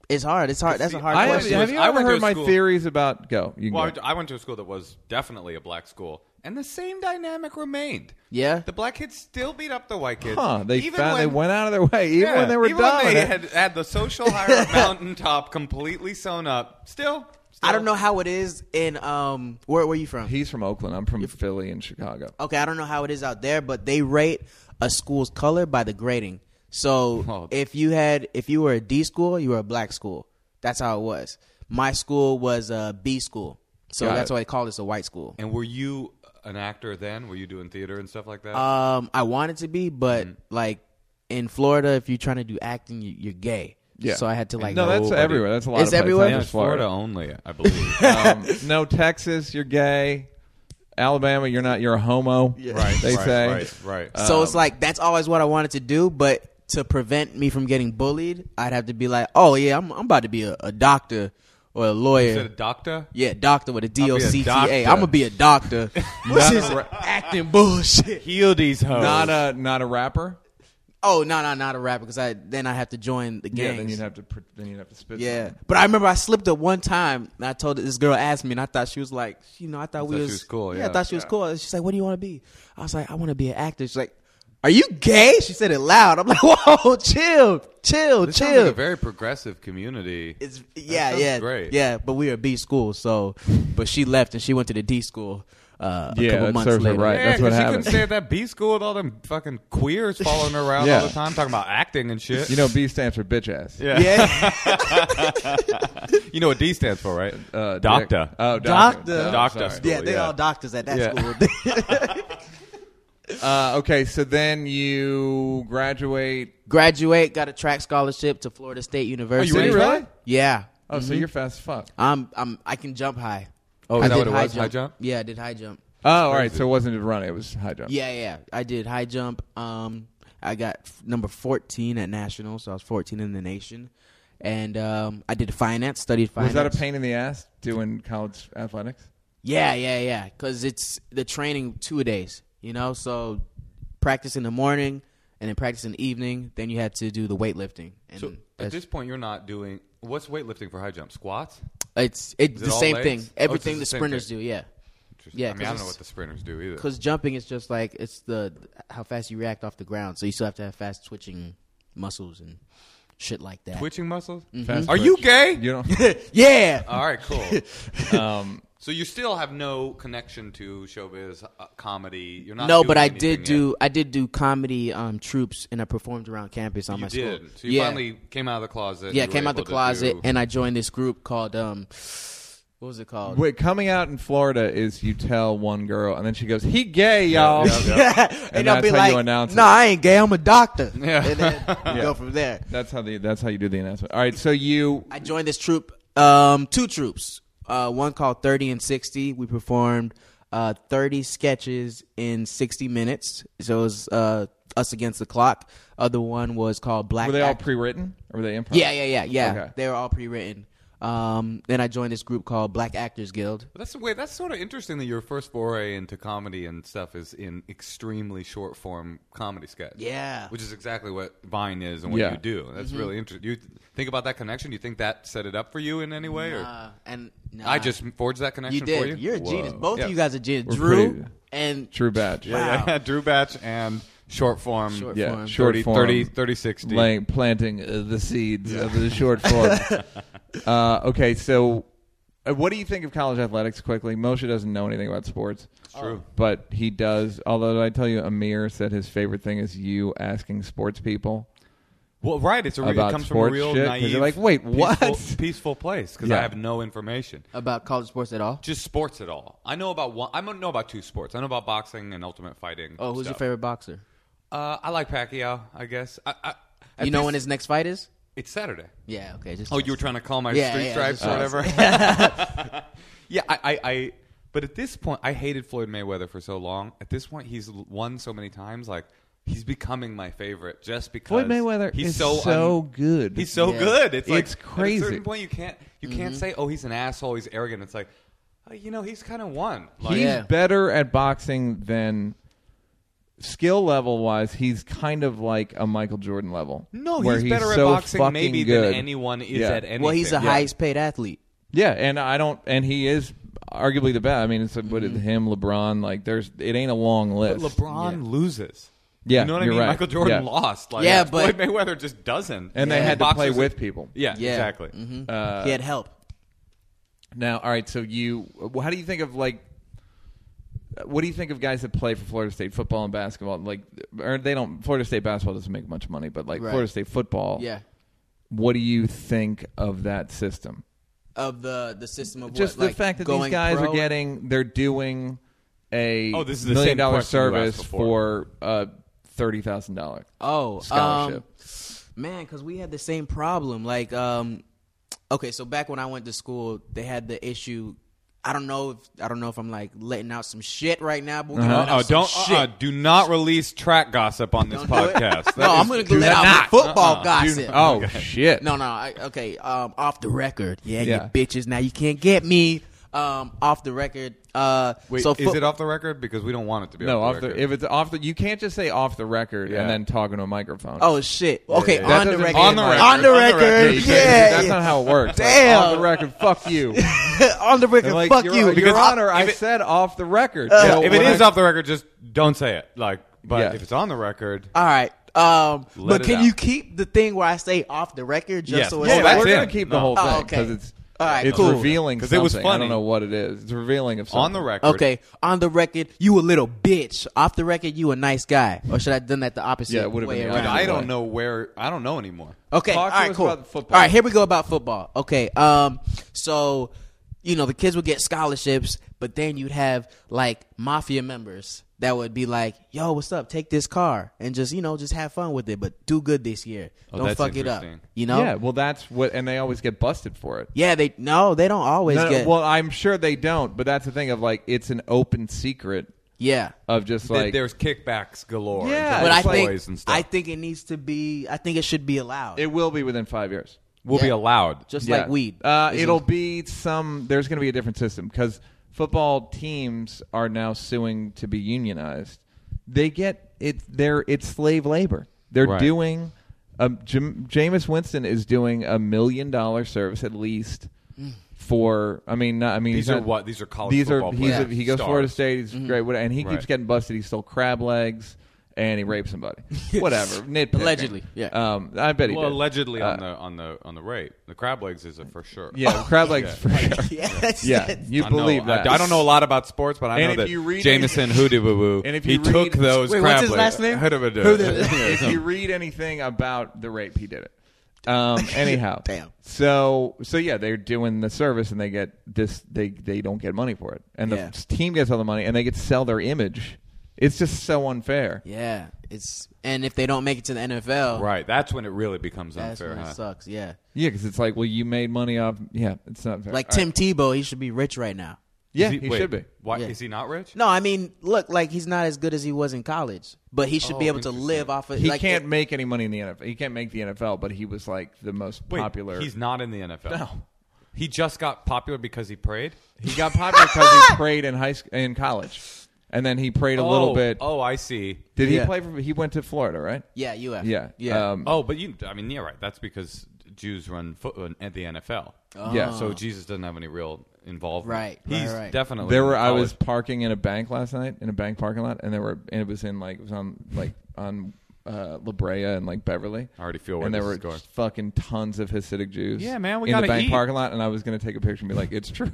S1: It's hard. It's hard. That's a hard
S3: I have,
S1: question.
S3: have you
S2: I
S3: ever
S2: went to
S3: heard
S2: a
S3: my
S2: school-
S3: theories about go? You can
S2: Well,
S3: go.
S2: I I went to a school that was definitely a black school, and the same dynamic remained.
S1: Yeah?
S2: the black kids still beat up the white kids.
S3: Huh, they
S2: even
S3: found
S2: when,
S3: they went out of their way even
S2: yeah,
S3: when they were
S2: even when they
S3: dominant.
S2: had, had the social hierarchy mountaintop completely sewn up. Still,
S1: I
S2: still-
S1: don't know how it is in um where where you from?
S3: He's from Oakland. I'm from Philly and Chicago.
S1: okay, I don't know how it is out there, but they rate a school's color by the grading. So
S2: Oh.
S1: if you had if you were a D school, you were a black school. That's how it was. My school was a B school. So
S3: Got
S1: that's
S3: it.
S1: why they call this a white school.
S2: And were you an actor then? Were you doing theater and stuff like that?
S1: Um, I wanted to be, but
S3: Mm-hmm.
S1: like in Florida, if you're trying to do acting, you, you're gay.
S3: Yeah.
S1: So I had to like
S3: no, that's
S2: nobody-
S3: everywhere. That's a lot.
S1: It's
S3: of places,
S1: everywhere?
S3: not
S2: yeah,
S1: Yeah,
S3: just
S2: Florida
S3: Florida.
S2: only, I believe.
S3: Um, no, Texas, you're gay. Alabama, you're not. You're a homo.
S2: right,
S3: They
S2: right,
S3: say.
S2: right, right.
S1: So
S3: Um,
S1: it's like that's always what I wanted to do, but to prevent me from getting bullied, I'd have to be like, oh yeah, I'm, I'm about to be a, a doctor or a lawyer.
S2: Is it a doctor?
S1: yeah, doctor with a D O C T A.
S2: doctor.
S1: I'm gonna be a doctor. What's this acting bullshit?
S2: Heal these hoes.
S3: Not a not a rapper.
S1: Oh no, no, not a rapper because I then I have to join the
S3: Yeah.
S1: gang.
S3: Then you'd have to. pr- Then you'd have to spit.
S1: Yeah,
S3: something.
S1: but I remember I slipped up one time, and I told this girl asked me, and I thought she was like, you know, I thought we
S2: she
S1: was,
S2: was cool,
S1: I
S2: yeah.
S1: thought she was cool. She's like, what do you want to be? I was like, I want to be an actor. She's like, are you gay? She said it loud. I'm like, whoa, chill, chill,
S2: This sounds
S1: chill.
S2: like a very progressive community.
S1: it's yeah,
S2: sounds
S1: yeah,
S2: great.
S1: yeah. But we were B school, so but she left and she went to the D school. Uh, a
S3: Yeah,
S1: couple
S3: that
S1: months
S3: serves her
S1: later.
S3: right.
S2: Yeah,
S3: that's what
S2: 'cause she couldn't
S3: happened.
S2: stay at that B school with all them fucking queers following her around
S3: Yeah.
S2: all the time, talking about acting and shit.
S3: You know, B stands for bitch ass.
S2: yeah.
S1: Yeah,
S2: you know what D stands for, right?
S3: Uh,
S2: doctor.
S3: dick. Oh, doctor.
S1: Doctor.
S3: Oh,
S2: Doctor.
S3: sorry.
S1: yeah. They
S2: Yeah.
S1: all doctors at that
S2: Yeah.
S1: school.
S3: Uh, okay, so then you graduate.
S1: Graduate, got a track scholarship to Florida State University.
S2: Oh, went to track? Really?
S1: Yeah.
S3: Oh, so you're fast as fuck.
S1: I'm, I'm, I can jump high.
S2: Oh, is
S1: I
S2: that
S1: did
S2: what it
S1: high
S2: was?
S1: Jump.
S2: High jump?
S1: Yeah, I did high jump.
S3: Oh, all right. So it wasn't a run; it was high jump.
S1: Yeah, yeah, I did high jump. Um, I got f- number fourteen at national, so I was fourteen in the nation, and um, I did finance, studied
S3: Was
S1: finance.
S3: that a pain in the ass doing college athletics?
S1: Yeah, yeah, yeah. Because it's the training two days, you know. So practice in the morning, and then practice in the evening. Then you had to do the weightlifting, and
S2: So at
S1: that's-
S2: this point, you're not doing what's weightlifting for high jump? Squats?
S1: it's it's
S2: it
S1: the
S2: all
S1: same
S2: legs? Oh,
S1: thing.
S2: it's just
S1: Everything
S2: the
S1: the
S2: same
S1: sprinters
S2: thing.
S1: do, yeah.
S2: Interesting.
S1: Yeah,
S2: I mean, I
S1: 'cause
S2: don't know what
S1: it's-
S2: the sprinters do either.
S1: Because jumping is just like it's the how fast you react off the ground, so you still have to have fast twitching muscles and shit like that.
S2: Twitching muscles?
S1: Mm-hmm.
S3: Fast
S2: Are
S3: twitch.
S2: you gay?
S3: You
S1: Yeah,
S2: All right, cool.
S3: don't. Um,
S2: so you still have no connection to showbiz uh, comedy. You're not.
S1: no,
S2: doing
S1: but I
S2: anything
S1: did
S2: yet.
S1: do I did do comedy um, troops, and I performed around campus on
S2: You
S1: my
S2: did.
S1: school.
S2: So you
S1: yeah,
S2: finally came out of the closet.
S1: yeah,
S2: You were
S1: came out
S2: able
S1: the
S2: to
S1: closet,
S2: do-
S1: and I joined this group called um, what was it called?
S3: wait, coming out in Florida is you tell one girl, and then she goes, "He gay, y'all."
S2: yeah, yeah.
S1: and,
S3: And
S1: I'll
S3: that's
S1: be
S3: how you
S1: like,
S3: announce
S1: "No,
S3: it.
S1: I ain't gay. I'm a doctor."
S2: Yeah.
S1: and then we
S3: Yeah.
S1: go from there.
S3: That's how the that's how you do the announcement. All right, so you
S1: I joined this troop, um, two troops. Uh, one called 30 and 60. We performed uh, 30 sketches in 60 minutes. So it was uh, Us Against the Clock. Other one was called Black
S3: were they all
S1: Act-
S3: pre-written or were they improv?
S1: Yeah, yeah, yeah, yeah.
S3: Okay.
S1: They were all pre written. Um, then I joined this group called Black Actors Guild.
S2: But that's the way. That's sort of interesting that your first foray into comedy and stuff is in extremely short form comedy sketch.
S1: Yeah. Mm-hmm.
S2: which is exactly what Vine is and what
S3: Yeah.
S2: you do. That's really interesting. You th- think about that connection. You think that set it up for you in any way, or
S1: Uh, and nah,
S2: I just forged that
S1: You
S2: connection for you.
S1: did. You? are a genius. Both
S2: Yeah.
S1: of you guys are genius.
S3: We're
S1: Drew
S3: pretty-
S1: and
S3: True badge.
S1: Wow.
S2: Yeah, Drew Batch and short form.
S1: Short
S3: Yeah,
S1: form.
S3: short
S2: 30,
S3: form.
S2: 30, 30, 60.
S3: Laying, planting uh, the seeds of the short form. uh, okay, so uh, what do you think of college athletics quickly? Moshe doesn't know anything about sports.
S2: True.
S3: But he does. Although, did I tell you Amir said his favorite thing is you asking sports people?
S2: Well, right. It's a re-
S3: About
S2: it comes from a
S3: sports
S2: real
S3: shit, 'cause
S2: naive.
S3: you're like, wait, what?
S2: Peaceful, peaceful place because I
S3: Yeah.
S2: have no information.
S1: about college sports at all.
S2: Just sports at all. I know about one. I don't know about two sports. I know about boxing and ultimate fighting.
S1: Oh, who's your
S2: stuff.
S1: favorite boxer?
S2: Uh, I like Pacquiao. I guess. I, I,
S1: You know when his next fight is?
S2: It's Saturday.
S1: Yeah. Okay. Just
S2: Oh, you were trying to call my
S1: Yeah,
S2: street
S1: yeah,
S2: stripes
S1: just-
S2: or whatever. yeah, I, I, I. But at this point, I hated Floyd Mayweather for so long. At this point, he's l- won so many times, like. He's becoming my favorite just because
S3: Floyd Mayweather
S2: he's
S3: is
S2: so un-
S3: so good.
S2: He's so
S1: Yeah.
S2: good. It's like
S3: It's
S2: At
S3: crazy. Mm-hmm.
S2: a certain point, you can't you can't say, "Oh, he's an asshole. He's arrogant." It's like, oh, you know, he's kind of won. Like,
S3: he's
S1: Yeah.
S3: better at boxing than skill level wise. He's kind of like a Michael Jordan level.
S2: No,
S3: where
S2: he's, better
S3: so
S2: at boxing
S3: fucking
S2: maybe
S3: good.
S2: than anyone is
S3: Yeah.
S2: at anything.
S1: Well, he's the
S2: Yeah.
S1: highest paid athlete.
S3: Yeah, and I don't, and he is arguably the best. I mean, it's what is him, LeBron. Like, there's it ain't a long
S2: Mm-hmm. But
S3: list.
S2: LeBron loses.
S3: Yeah,
S2: you know what I
S3: you're
S2: mean.
S3: right.
S2: Michael Jordan
S3: Yeah.
S2: lost. Like,
S1: Yeah, but-
S2: Floyd Mayweather just doesn't.
S3: and they
S1: Yeah.
S3: had to play
S2: Boxers-
S3: with Mm-hmm. people.
S2: Yeah,
S1: Yeah.
S2: exactly.
S1: Mhm. he had help.
S3: Now, all right. So you, how do you think of like, what do you think of guys that play for Florida State football and basketball? Like, or they don't. Florida State basketball doesn't make much money, but like
S1: Right.
S3: Florida State football.
S1: Yeah.
S3: What do you think of that system?
S1: Of the the system of
S3: Just
S1: what,
S3: the
S1: like,
S3: fact that these
S1: going
S3: guys
S1: pro?
S3: are getting, they're doing a
S2: Oh, this is the same
S3: million dollar
S2: question you asked
S3: service
S2: before.
S3: for uh, thirty thousand dollars.
S1: oh
S3: scholarship.
S1: um, man, because we had the same problem. Like, um, okay, so back when I went to school, they had the issue. I don't know if I don't know if I'm like letting out some shit right now, but we're gonna let
S2: Uh-uh,
S1: out some
S2: don't
S1: shit.
S2: uh-uh, do not release track gossip on this
S1: Don't do it.
S2: podcast. That
S1: no,
S2: is-
S1: I'm gonna
S2: do
S1: let out
S2: not.
S1: my football
S2: Uh-uh.
S1: gossip.
S3: Oh shit!
S1: No, no. I, okay, um, off the record. Yeah,
S3: Yeah.
S1: you bitches. Now you can't get me. Um, off the record. Uh,
S2: Wait,
S1: so
S2: is it off the record? Because we don't want it to be
S3: no.
S2: off
S3: Off
S2: the
S3: the,
S2: record.
S3: if it's off the, you can't just say off the record
S2: Yeah.
S3: and then talk into a microphone.
S1: Oh shit. Okay,
S3: That
S1: on the
S3: doesn't-
S1: record.
S2: On the record.
S1: On the
S2: On the record.
S1: record.
S3: you can't-
S1: Yeah.
S3: that's not how it works. Like,
S1: Damn.
S3: off the record, fuck you.
S1: on the record.
S3: And, like,
S1: fuck
S3: Your-
S1: you.
S3: Your
S2: Because
S3: Honor.
S2: if
S3: I
S2: it-
S3: said off the record.
S1: Uh,
S2: Yeah,
S3: So
S2: if it
S3: when
S2: is
S3: I-
S2: off the record, just don't say it. Like, but
S3: Yeah.
S2: if it's on the record,
S1: All right. Um,
S2: Let
S1: but
S2: it
S1: can
S2: out.
S1: you keep the thing where I say off the record just
S2: Yes.
S1: so
S2: Oh,
S1: it's
S3: yeah,
S2: that's
S3: we're gonna
S2: it.
S3: keep
S2: No.
S3: the whole
S1: Oh,
S3: thing
S1: okay.
S3: because it's
S1: All right,
S3: it's
S1: cool.
S3: revealing
S2: 'Cause
S3: something.
S2: it was
S3: I
S2: funny.
S3: don't know what it is. It's revealing of something.
S2: on the record.
S1: Okay, on the record, you a little bitch. Off the record, you a nice guy. Or should I have done that the opposite?
S3: Yeah, it would've
S1: way
S3: been the
S1: around?
S2: Dude, I don't know where. I don't know anymore.
S1: Okay.
S3: Talk to
S1: all right.
S3: us
S1: Cool.
S3: about the football.
S1: All right. Here we go about football. Okay. Um. So, you know, the kids would get scholarships, but then you'd have like mafia members that would be like, "Yo, what's up? Take this car and just you know just have fun with it, but do good this year.
S2: Oh,
S1: Don't
S2: that's
S1: fuck it up.
S2: interesting.
S1: You know?
S3: Yeah, well, that's what, and they always get busted for it.
S1: Yeah, They no, they don't always
S3: No,
S1: get.
S3: well, I'm sure they don't, but that's the thing of like it's an open secret
S1: yeah.
S3: of just
S2: Th-
S3: like
S2: there's kickbacks galore.
S3: Yeah,
S1: But
S3: it's
S1: I
S3: like-
S1: think
S2: boys and stuff.
S1: I think it needs to be. I think it should be allowed,
S3: it will be within five years.
S2: will be
S1: Yeah.
S2: allowed.
S1: just
S3: Yeah.
S1: like weed.
S3: Uh,
S1: It's
S3: it'll
S1: just-
S3: be some. There's going to be a different system because football teams are now suing to be unionized. They get it. They're it's slave labor. They're
S2: Right.
S3: doing. Um, Jam- Jameis Winston is doing a million dollar service at least
S1: Mm.
S3: for. I mean, not, I mean,
S2: These
S3: he's
S2: are
S3: not-
S2: what- these are college
S3: These are
S2: football
S3: he's a-
S2: players.
S3: he goes to
S2: Stars.
S3: Florida State. He's
S1: Mm-hmm.
S3: great, whatever, and he keeps
S2: Right.
S3: getting busted. He stole crab legs. And he raped somebody. Whatever. Nitpicking.
S1: Allegedly, yeah.
S3: Um, I bet he
S2: well,
S3: did.
S2: allegedly
S3: Uh,
S2: on the on the on the rape. The crab legs is a for sure.
S3: Yeah, crab legs
S2: Yeah.
S3: for sure.
S1: Yes.
S3: Yeah, you
S2: I know-
S3: believe
S2: I-
S3: that.
S2: I, don't know a lot about sports, but I
S3: And
S2: know
S3: if
S2: that
S3: you read-
S2: Jameson Hoodoo Boo Boo.
S3: And if
S2: he
S3: you read-
S2: took those
S1: Wait,
S2: crab
S1: what's his
S2: legs-
S1: last name?
S2: Hoodoo-boo-doo.
S1: Hoodoo.
S3: if you read anything about the rape, he did it. Um, anyhow,
S1: Damn.
S3: So so yeah, they're doing the service and they get this. They they don't get money for it, and the
S1: Yeah.
S3: team gets all the money, and they get to sell their image. It's just so unfair.
S1: Yeah, it's and if they don't make it to the NFL,
S2: Right, that's when it really becomes
S1: that's
S2: unfair.
S1: when it
S2: huh?
S1: sucks. Yeah,
S3: Yeah, because it's like, well, you made money off. Yeah, it's not fair.
S1: like
S3: All right.
S1: Tim Tebow, he should be rich right now.
S3: Yeah,
S2: Is
S3: he,
S2: wait,
S3: should be.
S2: Why
S1: Yeah.
S2: is he not rich?
S1: No, I mean, look, like he's not as good as he was in college, but he should be
S2: Oh,
S1: able to
S2: interesting.
S1: live off of.
S3: He
S1: like,
S3: can't
S1: it-
S3: make any money in the NFL. He can't make the NFL, but he was like the most
S2: Wait,
S3: popular.
S2: He's not in the NFL.
S3: No.
S2: He just got popular because he prayed.
S3: He got popular because he prayed in high sc- in college, and then he prayed a little
S2: Oh,
S3: bit.
S2: Oh, I see.
S3: Did he
S1: Yeah.
S3: play for? He went to Florida, right?
S1: yeah, UF.
S3: Yeah,
S1: yeah.
S3: Um,
S2: Oh, but you. I mean, yeah, right. That's because Jews run foot at the NFL.
S3: Yeah.
S2: So Jesus doesn't have any real involvement.
S1: Right, right,
S2: He's
S1: right.
S2: definitely.
S3: there
S2: in
S3: were. I was
S2: college.
S3: parking in a bank last night in a bank parking lot, and there were. And it was in like it was on like on uh, La Brea and like Beverly.
S2: I already feel where
S3: And there
S2: this
S3: were
S2: is going.
S3: just fucking tons of Hasidic Jews.
S2: Yeah, man, we
S3: in
S2: gotta
S3: the bank
S2: eat.
S3: parking lot, and I was gonna take a picture and be like, "It's true."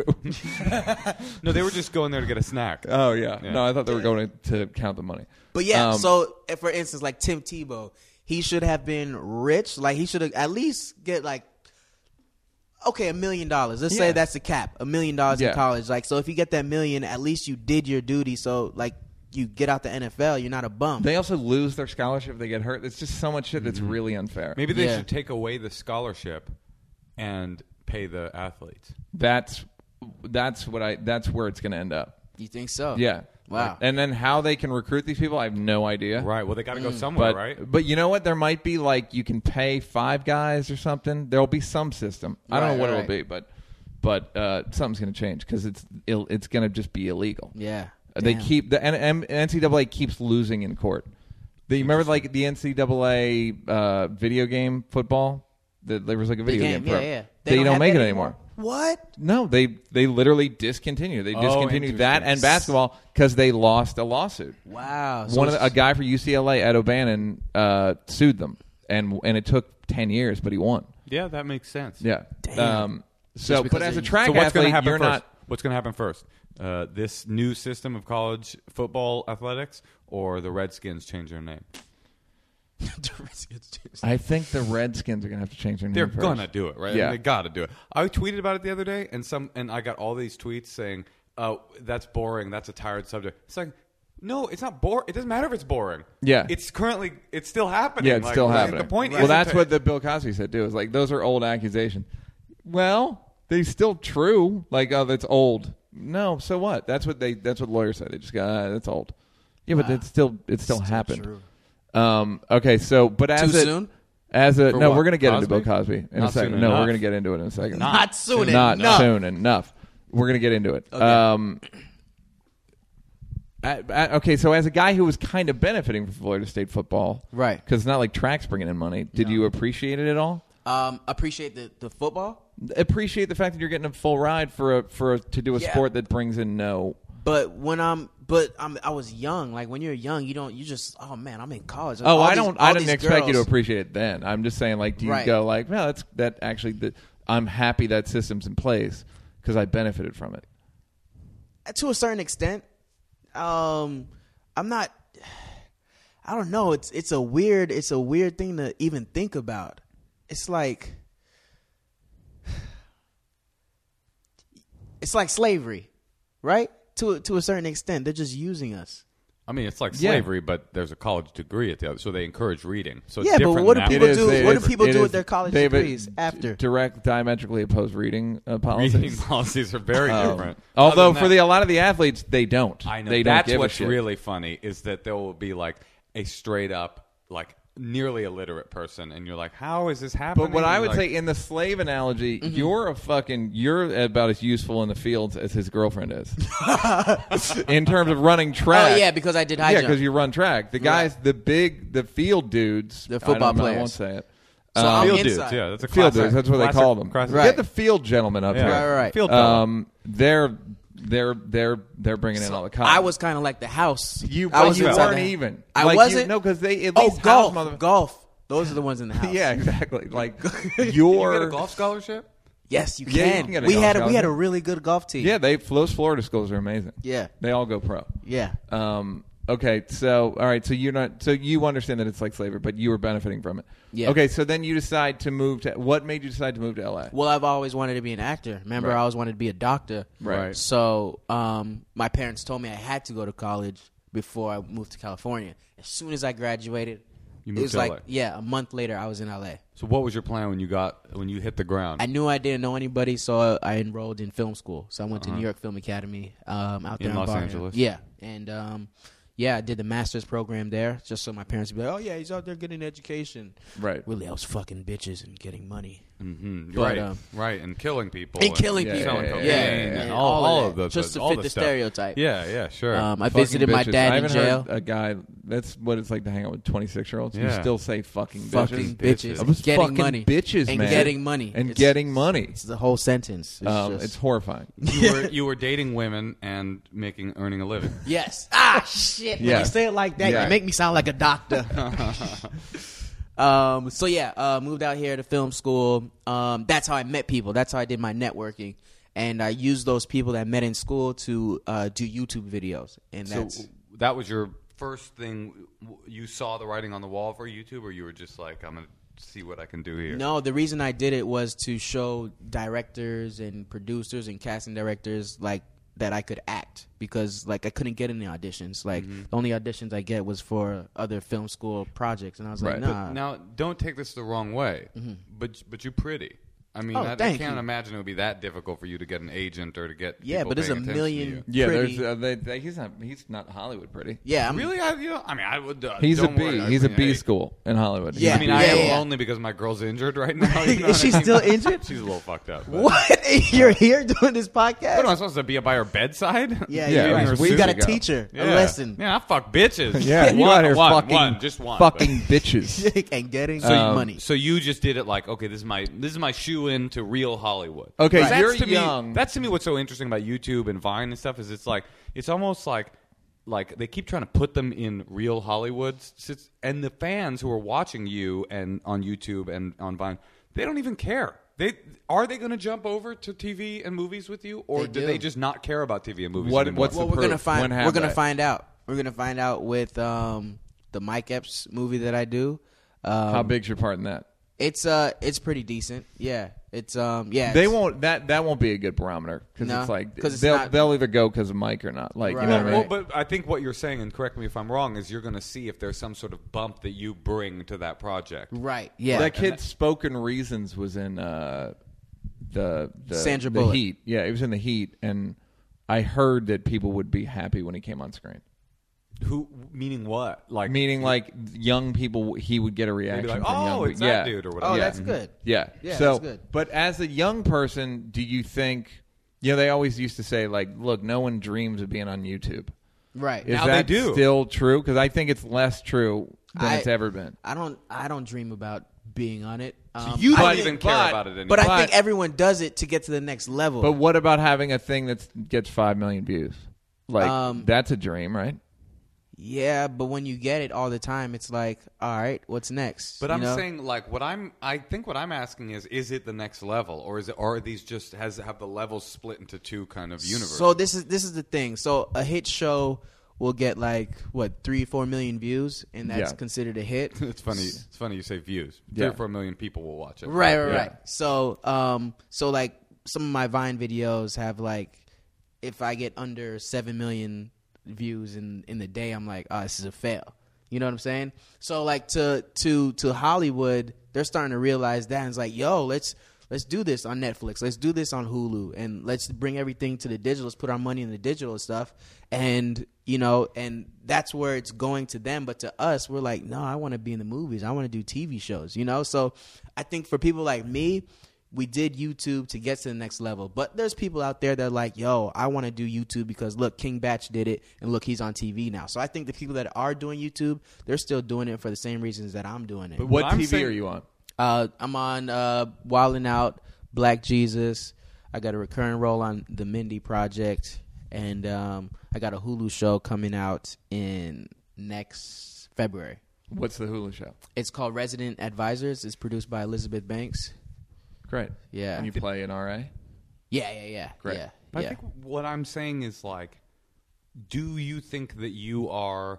S2: No, they were just going there to get a snack.
S3: oh yeah.
S2: Yeah.
S3: No, I thought they were going to count the money.
S1: But yeah,
S3: Um,
S1: so if, for instance, like Tim Tebow, he should have been rich. Like he should have at least get like okay, a million dollars. Let's
S3: Yeah.
S1: say that's the cap, a million dollars
S3: Yeah.
S1: in college. Like so, if you get that million, at least you did your duty. So like you get out the NFL, you're not a bum.
S3: They also lose their scholarship if they get hurt. It's just so much shit that's really unfair.
S2: Mm-hmm. Maybe they
S1: Yeah.
S2: should take away the scholarship and pay the athletes.
S3: That's that's what I that's where it's going to end up.
S1: you think so?
S3: Yeah.
S1: Wow.
S3: And then how they can recruit these people, I have no idea.
S2: Right. Well, they got to go somewhere,
S3: Mm. But
S2: right?
S3: but you know what? There might be like you can pay five guys or something. There'll be some system. I don't
S1: Right,
S3: know what
S1: right.
S3: it'll be, but but uh, something's going to change because it's Ill, it's going to just be illegal. Uh,
S1: Yeah.
S3: They
S1: Damn.
S3: keep the N- M- NCAA keeps losing in court. The, you remember like the NCAA uh, video game football? The, there was like a
S1: The
S3: video game.
S1: game, yeah,
S3: pro-
S1: yeah.
S3: They, don't,
S1: have
S3: make it
S1: that
S3: anymore.
S1: What?
S3: No, they they literally discontinue. They
S2: Oh,
S3: discontinued that
S2: interesting.
S3: and basketball because they lost a lawsuit.
S1: Wow. So
S3: One of
S1: it's
S3: the, a guy for UCLA, Ed O'Bannon, uh, sued them, and and it took ten years, but he won.
S2: Yeah, that makes sense.
S3: Yeah.
S1: Damn.
S3: Um, so,
S1: because
S3: but as
S1: they-
S3: a track
S2: So what's going to
S3: athlete,
S2: happen
S3: you're
S2: first?
S3: not.
S2: What's going to happen first? Uh, this new system of college football athletics, or the Redskins change their name?
S3: I think the Redskins are going to have to change their name.
S2: They're
S3: first.
S2: gonna do it, right?
S3: Yeah.
S2: they gotta do it. I tweeted about it the other day, and some, and I got all these tweets saying, "Oh, that's boring. That's a tired subject." It's like, no, it's not boring. It doesn't matter if it's boring.
S3: Yeah.
S2: it's currently, it's still happening.
S3: Yeah, it's
S2: Like,
S3: still
S2: like,
S3: happening.
S2: The point
S3: well,
S2: is,
S3: that's what the Bill Cosby said too. Is like those are old accusations. Well, they still true. Like oh, that's old. No, so what? That's what they. That's what lawyers say. They just go, ah, that's old. Yeah, but it's still it still, happened. Um. Okay. So, but as
S1: Too
S3: a,
S1: soon?
S3: As a
S2: For
S3: no,
S2: what?
S3: we're gonna get
S2: Cosby?
S3: into Bill Cosby in
S2: Not
S3: a second.
S2: soon
S3: No,
S2: enough.
S3: we're gonna get into it in a second.
S1: Not soon
S3: Not
S1: enough.
S3: soon enough. We're gonna get into it. Um. I, I, okay, so as a guy who was kind of benefiting from Florida State football,
S1: Right.
S3: Because it's not like tracks bringing in money. Did you appreciate it at all?
S1: Um, appreciate the, the football,
S3: Appreciate the fact that you're getting a full ride for a for a, to do a
S1: Yeah.
S3: sport that brings in no.
S1: but when I'm but I'm I was young. Like when you're young, you don't you just oh man, I'm in college.
S3: Oh,
S1: All
S3: I
S1: these-
S3: don't.
S1: all
S3: I didn't
S1: these
S3: expect you to
S1: girls-
S3: appreciate it then. I'm just saying, like, do you
S1: Right.
S3: go like, well, that's that actually. The, I'm happy that system's in place because I benefited from it.
S1: to a certain extent um i'm not i don't know it's it's a weird it's a weird thing to even think about it's like it's like slavery right to to a certain extent they're just using us
S2: I mean, it's like
S3: Yeah.
S2: slavery, but there's a college degree at the other, so they encourage reading. So it's
S1: Yeah, but
S2: different
S1: what
S2: than that.
S1: do people
S3: It is-
S1: do-
S3: it
S1: what do
S3: is-
S1: people
S3: it
S1: do with
S3: is-
S1: their college
S3: David,
S1: degrees
S3: d-
S1: after?
S3: Direct, diametrically opposed reading uh, policies.
S2: Reading policies are very different.
S3: Um, Although
S2: Other than
S3: for
S2: that-
S3: the a lot of the athletes, they don't.
S2: I know
S3: They don't
S2: that's
S3: give a
S2: what's
S3: shit.
S2: really funny is that there will be like a straight up like nearly illiterate person, and you're like, how is this happening?
S3: But what I would
S2: Like,
S3: say in the slave analogy,
S1: Mm-hmm.
S3: you're a fucking you're about as useful in the fields as his girlfriend is. in terms of running track.
S1: oh yeah because i did high
S3: yeah,
S1: jump
S3: because you run track. The guys, the big, the field dudes,
S1: The
S3: I don't
S1: football
S3: know, I won't
S1: players.
S3: say it. Uh,
S1: So I'm
S2: field
S1: inside.
S2: dudes, yeah, that's a
S3: field
S2: classic-
S3: dudes. That's what
S2: classic-
S3: they call them.
S2: classic-
S1: Right.
S3: Get the field gentlemen up
S2: Yeah.
S3: here.
S1: Right, Uh, right.
S2: Field fellow.
S3: Um, they're they're they're they're bringing in all the cops.
S1: I was kind of like the house.
S3: You-
S1: I
S3: but
S1: was
S3: you
S1: inside
S3: weren't
S1: the-
S3: even.
S1: I
S3: Like, you-
S1: wasn't.
S3: no, 'cause they at
S1: oh
S3: least house
S1: golf,
S3: mother-
S1: golf. Those are the ones in the house.
S3: yeah, exactly. Like
S2: you
S3: your
S2: get a golf scholarship.
S1: Yes, you
S3: Yeah, you
S1: can.
S3: can get a
S1: we
S3: golf
S1: had a,
S3: cart.
S1: we had a really good golf team.
S3: Yeah, they those Florida schools are amazing.
S1: Yeah.
S3: they all go pro.
S1: yeah.
S3: Um. Okay. So all right. So you're not. So you understand that it's like slavery, but you were benefiting from it.
S1: Yeah.
S3: Okay. So then you decide to move to. What made you decide to move to L.A.
S1: Well, I've always wanted to be an actor. Remember, I always wanted to be a doctor.
S3: Right.
S1: So, um, my parents told me I had to go to college before I moved to California. As soon as I graduated,
S2: You
S1: it
S2: moved
S1: was
S2: to
S1: like
S2: LA.
S1: yeah, a month later I was in LA.
S2: So what was your plan when you got when you hit the ground?
S1: I knew I didn't know anybody, so I enrolled in film school. So I went to New York Film Academy um, out
S2: In
S1: there in
S2: Los
S1: Barrio.
S2: Angeles?
S1: Yeah, and um, yeah, I did the master's program there, just so my parents would be like, "Oh yeah, he's out there getting an education."
S3: Right.
S1: Really, I was fucking bitches and getting money.
S2: Mhm,
S1: but,
S2: right,
S1: um,
S2: right, and killing people
S1: and killing
S3: yeah,
S1: people,
S2: selling
S3: yeah,
S2: cocaine,
S3: yeah,
S2: and
S1: and
S2: all, all of
S1: that,
S2: those
S1: just to
S2: all
S1: fit
S2: this
S1: the
S2: stuff.
S1: stereotype.
S2: Yeah, yeah, sure.
S1: Um, I
S3: Fucking
S1: visited my
S3: bitches.
S1: dad
S3: I
S1: in
S3: haven't
S1: jail.
S3: heard a guy. That's what it's like to hang out with 26 year olds who
S2: Yeah.
S3: still say fucking bitches.
S1: Fucking bitches,
S2: bitches.
S3: I was
S1: getting
S3: fucking
S1: money,
S3: bitches,
S1: and
S3: man.
S1: getting money,
S3: and
S1: It's-
S3: getting money.
S1: It's the whole sentence. It's
S3: um,
S1: just-
S3: it's horrifying.
S2: you, were, you were dating women and making earning a living.
S1: yes. Ah, shit. When
S3: Yeah.
S1: you say it like that,
S3: Yeah.
S1: you make me sound like a doctor. um. So yeah, uh, moved out here to film school. Um. That's how I met people. That's how I did my networking. And I used those people that I met in school to uh, do YouTube videos, and
S2: So
S1: that's
S2: that was your first thing. w- You saw the writing on the wall for YouTube, or you were just like, "I'm gonna see what I can do here."
S1: No, the reason I did it was to show directors and producers and casting directors like that I could act because like I couldn't get any auditions. Like the only auditions I get was for other film school projects, and I was
S3: Right.
S1: like,
S3: But
S1: nah.
S2: Now, don't take this the wrong way, but but you're pretty. I mean,
S1: Mm-hmm. Oh,
S2: I, I
S1: thank
S2: can't
S1: you.
S2: imagine it would be that difficult for you to get an agent or to get
S1: yeah,
S2: people
S1: but there's a
S2: paying attention to
S1: million.
S2: you.
S3: Yeah,
S1: pretty-
S3: there's, uh, they, they, he's not he's not Hollywood pretty.
S1: yeah, I'm,
S2: Really, I, you know, I mean, I would. Uh,
S3: He's
S2: don't
S3: a B.
S2: worry. I
S3: he's
S2: mean,
S3: a B
S2: hey,
S3: school in Hollywood. He's
S1: Yeah.
S2: I
S3: a
S2: mean,
S3: B.
S2: I
S1: Yeah,
S2: am
S1: yeah.
S2: lonely because my girl's injured right now. you know
S1: Is
S2: what
S1: she
S2: I mean?
S1: still injured?
S2: She's a little fucked up. but-
S1: What? You're here doing this
S2: What am
S1: podcast?
S2: I supposed to be by her bedside?
S3: Yeah,
S1: Yeah, you're
S3: it
S1: right.
S3: was
S1: We
S3: weeks
S1: got a
S3: ago.
S1: teacher, a
S2: Yeah.
S1: lesson,
S2: Yeah, I fuck bitches.
S3: Yeah, you
S2: one,
S3: out here
S2: one,
S3: fucking
S2: one, just one,
S3: fucking bitches.
S1: and getting
S2: But- So you-
S1: money.
S2: So you just did it like, okay, this is my this is my shoe in to real Hollywood.
S3: Okay,
S2: 'Cause
S3: you're
S2: that's to Me,
S3: young.
S2: that's to me what's so interesting about YouTube and Vine and stuff is it's like it's almost like like they keep trying to put them in real Hollywood, s- and the fans who are watching you and on YouTube and on Vine, they don't even care. They are they going to jump over to TV and movies with you, or
S1: They
S2: do.
S1: do.
S2: they just not care about TV and movies?
S3: What-
S2: anymore?
S3: what's
S1: well,
S3: the
S1: we're gonna
S3: proof? When
S1: find.
S3: have
S1: We're gonna
S3: they?
S1: find out. We're gonna find out with um, the Mike Epps movie that I do. Um,
S3: How big's your part in that?
S1: It's uh, it's pretty decent. Yeah, it's um, yeah.
S3: They
S1: it's-
S3: won't. That that won't be a good barometer because
S1: No,
S3: it's like
S1: 'cause it's
S3: they'll
S1: not-
S3: they'll either go because of Mike or not. Like you know
S1: Right.
S3: what I
S2: Well,
S3: mean?
S2: but I think what you're saying, and correct me if I'm wrong, is you're going to see if there's some sort of bump that you bring to that project.
S1: Right. Yeah.
S3: that kid spoken reasons was in uh, the, the
S1: Sandra
S3: the
S1: Bullock.
S3: Heat. Yeah, it was in the Heat, and I heard that people would be happy when he came on screen.
S2: Who? Meaning what? Like
S3: Meaning like young people, he would get a
S2: They'd
S3: reaction.
S2: be like,
S3: from young
S2: oh,
S3: people.
S2: it's that
S3: yeah.
S2: dude or whatever.
S1: oh,
S3: yeah.
S1: that's good.
S3: Yeah.
S1: Yeah,
S3: so,
S1: that's good.
S3: but as a young person, do you think? You know, they always used to say like, "Look, no one dreams of being on YouTube."
S1: Right.
S3: Is
S2: Now they
S3: that
S2: do.
S3: still true? Because I think it's less true than
S1: I-
S3: it's ever been.
S1: I don't. I don't dream about being on it. Um,
S2: you
S1: I
S2: don't
S1: think-
S2: even care
S3: but-
S2: about it anymore.
S1: But I think
S3: But-
S1: everyone does it to get to the next level.
S3: But what about having a thing that gets five million views? Like
S1: Um,
S3: that's a dream, right?
S1: yeah, but when you get it all the time, it's like, all right, what's next?
S2: But
S1: You
S2: I'm
S1: know?
S2: saying, like, what I'm, I think what I'm asking is, is it the next level, or is it, or are these just has have the levels split into two kind of universes?
S1: So this is this is the thing. So a hit show will get like what three, four million views, and that's
S3: Yeah.
S1: considered a hit.
S2: it's funny. It's funny you say views. Three or
S3: Yeah.
S2: four million people will watch it.
S1: Right, right,
S3: Yeah.
S1: right. So, um, so like some of my Vine videos have like, if I get under seven million views in in the day, I'm like, oh, this is a fail. You know what I'm saying? So like to to to Hollywood, they're starting to realize that and it's like, yo, let's let's do this on Netflix, let's do this on Hulu, and let's bring everything to the digital. Let's put our money in the digital stuff, and you know, and that's where it's going to them. But to us, we're like, no, I want to be in the movies. I want to do TV shows. You know, so I think for people like me, we did YouTube to get to the next level. But there's people out there that are like, yo, I want to do YouTube because look, King Batch did it and look, he's on TV now. So I think the people that are doing YouTube, they're still doing it for the same reasons that I'm doing it.
S2: But
S3: What
S2: I'm
S3: TV
S2: saying-
S3: are you on?
S1: Uh, I'm on uh, Wildin' Out, Black Jesus. I got a recurring role on The Mindy Project. And um, I got a Hulu show coming out in next February.
S3: What's the Hulu show?
S1: It's called Resident Advisors. It's produced by Elizabeth Banks.
S3: Great.
S1: Yeah.
S3: And you play an RA.
S1: Yeah, yeah, yeah.
S3: Great.
S1: Yeah,
S2: But I
S1: yeah.
S2: think what I'm saying is like, do you think that you are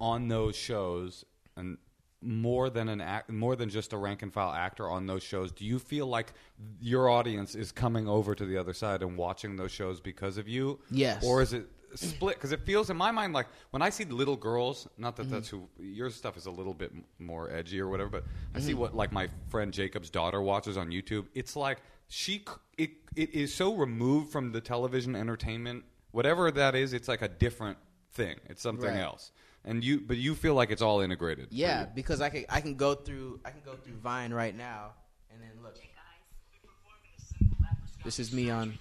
S2: on those shows and more than an act, more than just a rank and file actor on those shows? Do you feel like your audience is coming over to the other side and watching those shows because of you?
S1: Yes.
S2: or is it? Split because it feels in my mind like when I see little girls. Not that that's who your stuff is a little bit m- more edgy or whatever, but I see what like my friend Jacob's daughter watches on YouTube. It's like she c- it it is so removed from the television entertainment whatever that is it's like a different thing it's something
S1: Right.
S2: else and you but you feel like it's all integrated for
S1: Yeah,
S2: you.
S1: because I can I can go through I can go through Vine right now and then look. This is me on.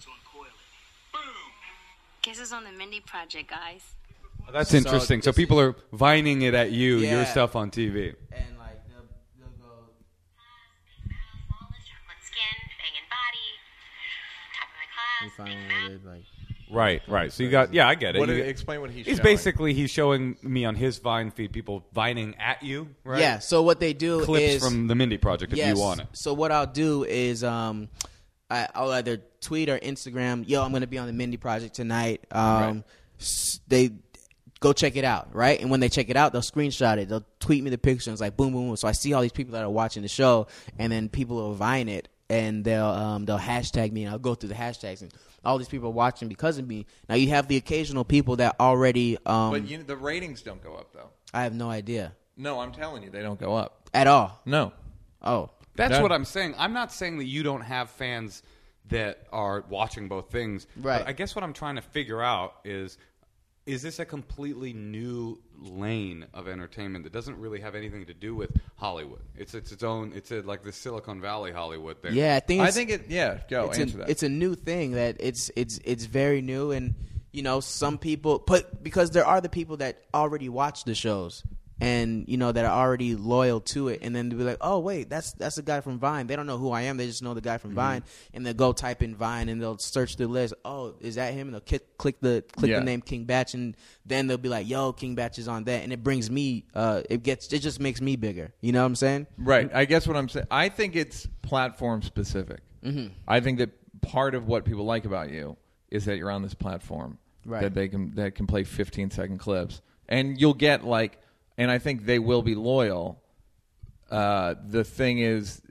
S5: Kisses on the Mindy Project, guys.
S2: that's
S1: So
S2: interesting so
S1: this
S2: people are vining it at you
S1: Yeah.
S2: your stuff on tv
S1: And like they'll, they'll go. You find one where they're like.
S2: right right so you got yeah i get it
S3: What?
S2: You
S3: do-
S2: get-
S3: explain what he's.
S2: he's
S3: showing.
S2: basically he's showing me on his vine feed people vining at you right
S1: Yeah. So what they do
S2: clips
S1: is
S2: from the mindy project if
S1: Yes.
S2: you want it
S1: So what I'll do is um, I, I'll either tweet or Instagram, yo, I'm gonna be on the Mindy Project tonight. Um, s- they go check it out, right? And when they check it out, they'll screenshot it. They'll tweet me the picture. And it's like boom, boom, boom. So I see all these people that are watching the show, and then people will vine it. and they'll um, they'll hashtag me, and I'll go through the hashtags, and all these people are watching because of me. Now you have the occasional people that already. Um,
S3: But you, the ratings don't go up though.
S1: I have no idea
S3: No, I'm telling you, they don't go up.
S1: at all.
S3: No.
S1: Oh,
S2: That's
S3: Done.
S2: what I'm saying. I'm not saying that you don't have fans that are watching both things.
S1: Right.
S2: But I guess what I'm trying to figure out is is this a completely new lane of entertainment that doesn't really have anything to do with Hollywood? It's it's its own it's a, like the Silicon Valley Hollywood thing.
S1: yeah, I think
S3: I
S1: it's,
S3: think it. Yeah, go
S1: it's
S3: answer
S1: a,
S3: that.
S1: It's a new thing that it's it's it's very new, and you know some people, but because there are the people that already watch the shows and you know that are already loyal to it, and then they'll be like, oh wait, that's that's a guy from Vine. They don't know who I am. They just know the guy from
S3: Mm-hmm.
S1: Vine, and they'll go type in Vine and they'll search the list. Oh, is that him? And they'll click click the click
S3: Yeah.
S1: the name King Batch, and then they'll be like, yo, King Batch is on that, and it brings me. Uh, it gets it just makes me bigger. You know what I'm saying?
S3: Right. I guess what I'm saying, I think it's platform specific. Mm-hmm. I think that part of what people like about you is that you're on this platform
S1: Right.
S3: that they can that can play 15 second clips, and you'll get like, and I think they will be loyal. Uh, the thing is,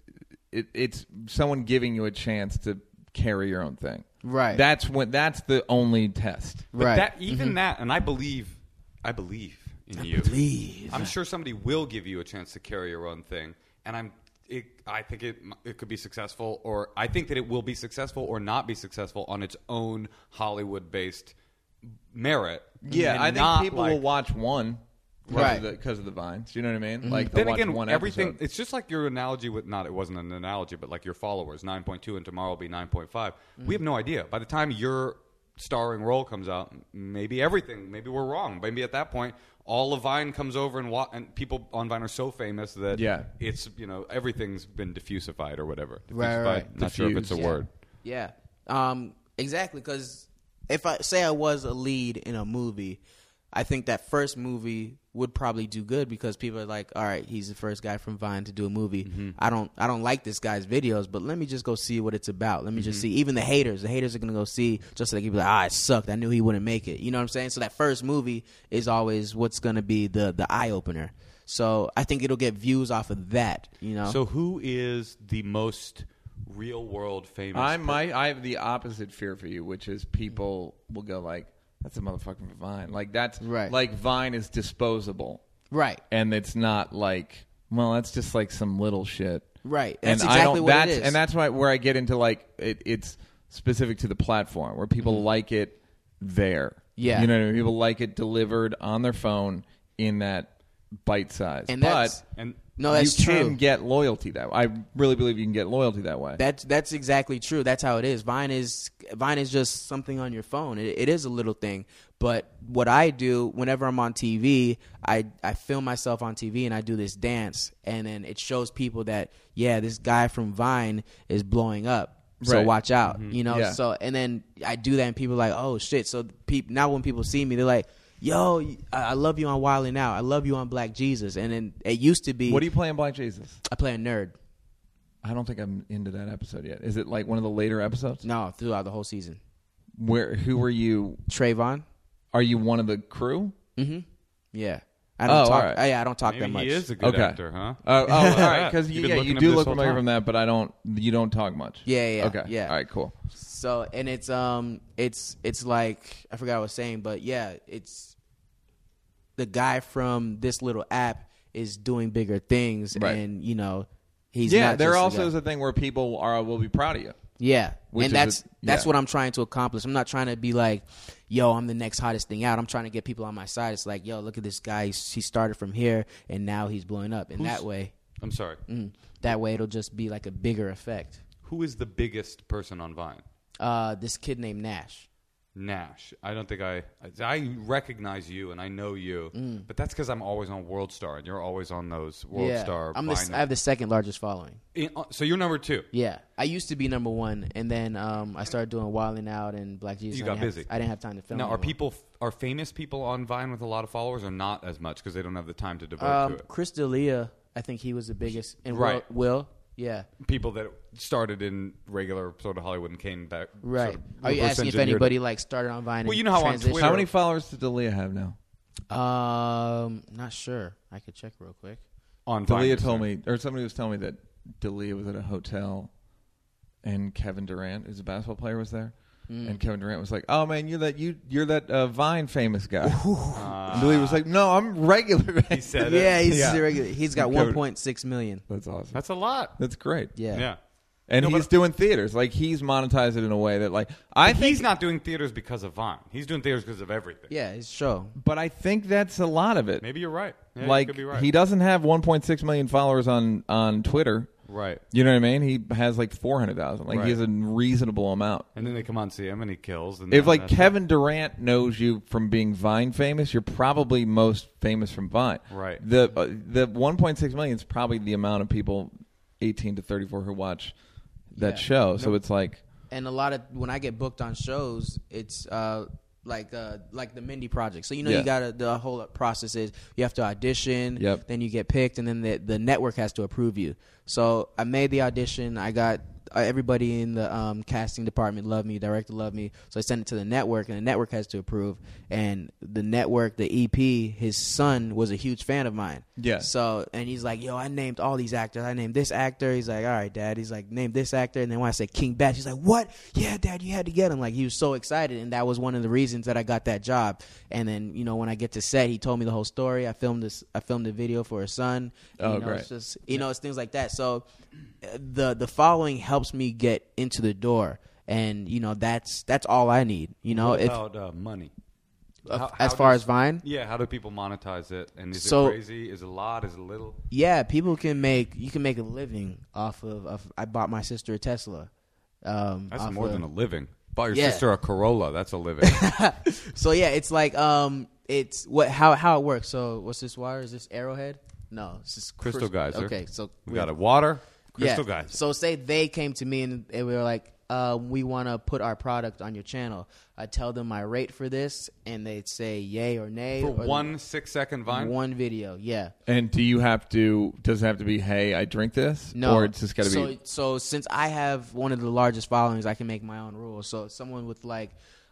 S3: it, it's someone giving you a chance to carry your own thing.
S1: Right.
S3: That's when. That's the only test.
S2: But
S1: Right. Mm-hmm.
S2: that even that and I believe I believe in you.
S1: believe.
S2: I'm sure somebody will give you a chance to carry your own thing, and I'm. It, I think it it could be successful, or I think that it will be successful or not be successful on its own Hollywood based merit.
S3: Yeah,
S2: and
S3: I think
S2: not
S3: people
S2: like-
S3: will watch one.
S1: Right.
S3: Because of the vines, you know what I mean. Like they'll
S2: Then
S3: watch
S2: again,
S3: one
S2: everything
S3: episode.
S2: it's just like your analogy with not it wasn't an analogy, but like your followers, nine point two, and tomorrow will be nine point five.
S3: Mm-hmm.
S2: We have no idea. By the time your starring role comes out, m- maybe everything, maybe we're wrong. Maybe at that point, all of Vine comes over and wa- and people on Vine are so famous that
S3: Yeah.
S2: it's you know everything's been diffusified or whatever. Diffusified.
S1: Right, right.
S2: Not sure if it's a
S1: Yeah.
S2: word.
S1: Yeah. Um, exactly. Because if I say I was a lead in a movie, I think that first movie would probably do good because people are like, "All right, he's the first guy from Vine to do a movie.
S3: Mm-hmm.
S1: I don't, I don't like this guy's videos, but let me just go see what it's about. Let me
S3: Mm-hmm.
S1: just see." Even the haters, the haters are gonna go see just so they can be like, "Ah, it sucked. I knew he wouldn't make it." You know what I'm saying? So that first movie is always what's gonna be the the eye opener. So I think it'll get views off of that. You know?
S2: So who is the most real world famous?
S3: I might. I have the opposite fear for you, which is people will go like, "That's a motherfucking Vine." Like that's
S1: Right.
S3: Like Vine is disposable,
S1: right.
S3: and it's not like, well, that's just like some little shit,
S1: Right.
S3: And
S1: That's
S3: I
S1: exactly
S3: don't,
S1: what it
S3: that's,
S1: is.
S3: And that's why where I get into like it, it's specific to the platform where people like it there.
S1: Mm-hmm. Yeah.
S3: you know, what I mean? people like it delivered on their phone in that bite size.
S1: And
S3: but
S1: that's-
S2: and
S1: No, that's
S3: you
S1: true.
S3: can get loyalty that way. I really believe you can get loyalty that way.
S1: That's that's exactly true. That's how it is. Vine is Vine is just something on your phone. It, it is a little thing. But what I do whenever I'm on TV, I I film myself on TV and I do this dance, and then it shows people that yeah, this guy from Vine is blowing up. So
S3: Right. Mm-hmm.
S1: watch out, you know.
S3: Yeah.
S1: So and then I do that, and people are like, oh shit. So peop, now when people see me, they're like. Yo, I I love you on Wildin' Now. I love you on Black Jesus. And then it used to be
S3: what do you play in Black Jesus?
S1: I play a nerd.
S3: I don't think I'm into that episode yet. Is it like one of the later episodes?
S1: No, throughout the whole season.
S3: Where who are you?
S1: Trayvon.
S3: Are you one of the crew?
S1: Yeah. I don't
S3: Oh,
S1: talk.
S3: alright.
S1: I, yeah, I don't talk
S2: maybe
S1: that much.
S2: he is a good
S3: Okay.
S2: actor, huh?
S3: Oh, oh, all right. Because
S2: You've
S3: you,
S2: been
S3: yeah,
S2: looking
S3: you
S2: at
S3: do
S2: this
S3: look
S2: whole
S3: familiar
S2: time.
S3: from that, but I don't. You don't talk much.
S1: Yeah, yeah,
S3: Okay.
S1: yeah.
S3: All right. Cool.
S1: so, and it's um, it's it's like I forgot what I was saying, but yeah, it's the guy from this little app is doing bigger things,
S3: Right.
S1: and you know, he's
S3: yeah,
S1: Not
S3: there
S1: just
S3: also
S1: guy.
S3: is a thing where people are will be proud of you.
S1: Yeah.
S3: Which is
S1: and that's
S3: a-
S1: that's
S3: yeah.
S1: what I'm trying to accomplish. I'm not trying to be like, yo, I'm the next hottest thing out. I'm trying to get people on my side. It's like, yo, look at this guy. He's, he started from here and now he's blowing up. And that way,
S2: I'm sorry.
S3: Mm-hmm.
S1: mm, that way it'll just be like a bigger effect.
S2: Who is the biggest person on Vine?
S1: Uh, this kid named Nash.
S2: Nash. I don't think I. I recognize you and I know you,
S1: Mm.
S2: but that's because I'm always on World Star and you're always on those World Star.
S1: I'm the,
S2: Vine-
S1: I have the second largest following.
S2: In- uh, so you're number two.
S1: Yeah, I used to be number one, and then um, I started doing Wilding Out and Black Jesus.
S2: You
S1: and I
S2: got
S1: didn't have-
S2: busy.
S1: I didn't have time to film.
S2: Now, are
S1: anymore.
S2: people are famous people on Vine with a lot of followers, or not as much because they don't have the time to devote to
S1: Um,
S2: it?
S1: Chris D'Elia, I think he was the biggest, and
S2: Right.
S1: Will, Will, yeah,
S2: People that started in regular sort of Hollywood and came back.
S1: right.
S2: sort of
S1: are you
S2: reverse
S1: asking if
S2: engineered
S1: anybody
S2: it.
S1: like started on Vine?
S2: Well,
S1: and
S2: you know how on
S1: transitioned?
S2: Twitter-
S3: How many followers does Dalia have now?
S1: Um, not sure. I could check real quick.
S2: on Vine?
S3: Dalia
S2: is
S3: told
S2: there?
S3: me, or somebody was telling me that Dalia was at a hotel and Kevin Durant, who's a basketball player, was there.
S2: Mm.
S3: And Kevin Durant was like, "Oh man, you that you you're that uh, Vine famous guy." and Billy was like, "No, I'm regular."
S2: He said it.
S1: Yeah, he's
S3: Yeah.
S1: regular. He's got
S3: Covered.
S1: 1.6 million.
S3: That's awesome. That's,
S2: That's a lot.
S3: great.
S1: Yeah.
S2: Yeah.
S3: And
S2: No, but-
S3: he's doing theaters. Like he's monetized it in a way that like I think
S2: He's not doing theaters because of Vine. He's doing theaters because of everything.
S1: Yeah, his show.
S3: but I think that's a lot of it.
S2: Maybe you're right. Yeah, you
S3: like
S2: could be right.
S3: he doesn't have 1.6 million followers on on Twitter.
S2: Right.
S3: You know what I mean? He has like 400,000. Like
S2: Right.
S3: he has a reasonable amount.
S2: And then they come on see him and he kills. And
S3: If
S2: then
S3: like
S2: that's it.
S3: Kevin Durant knows you from being Vine famous, you're probably most famous from Vine.
S2: Right.
S3: The uh, the 1.6 million is probably the amount of people 18 to 34 who watch that
S1: Yeah.
S3: show. So it's like
S1: and a lot of when I get booked on shows, it's uh like uh like the Mindy project. So you know
S3: Yeah.
S1: you got to the whole process is you have to audition,
S3: Yep.
S1: then you get picked, and then the the network has to approve you. So I made the audition. I got. uh, Everybody in the um, casting department loved me, director loved me, so I sent it to the network, and the network has to approve. And the network, the EP, his son was a huge fan of mine.
S3: Yeah.
S1: So and he's like, "Yo, I named all these actors. I named this actor." He's like, "All right, dad." He's like, "Name this actor." And then when I said King Batch, he's like, "What? Yeah, dad, you had to get him." Like he was so excited, and that was one of the reasons that I got that job. And then you know when I get to set, he told me the whole story. I filmed this. I filmed the video for his son.
S3: Oh,
S1: you know,
S3: great.
S1: It's just you know it's things like that. So uh, the the following helps me get into the door. And you know that's that's all I need. You know,
S2: What
S1: if
S2: about uh, money? How-
S1: as
S2: how
S1: far
S2: does-
S1: as Vine,
S2: Yeah, how do people monetize it? And is
S1: So-
S2: it crazy? Is it a lot? Is it little?
S1: yeah, people can make you can make a living off of. of I bought my sister a Tesla. Um,
S2: That's
S1: off
S2: more
S1: of-
S2: than a living. Bought your
S1: Yeah.
S2: sister a Corolla. That's a living.
S1: So yeah, it's like um, it's what how how it works. So what's this wire? Is this Arrowhead? No, it's just
S2: Crystal geyser.
S1: Okay, so
S2: we got a water crystal
S1: yeah.
S2: geyser.
S1: So say they came to me and, and we were like, uh, we want to put our product on your channel. I tell them my rate for this, and they'd say yay or nay
S2: For
S1: or
S2: one six second Vine.
S1: one video. Yeah.
S3: and do you have to does it have to be hey, I drink this
S1: No,
S3: or it's just got to
S1: so,
S3: be
S1: So since I have one of the largest followings, I can make my own rules. So someone with like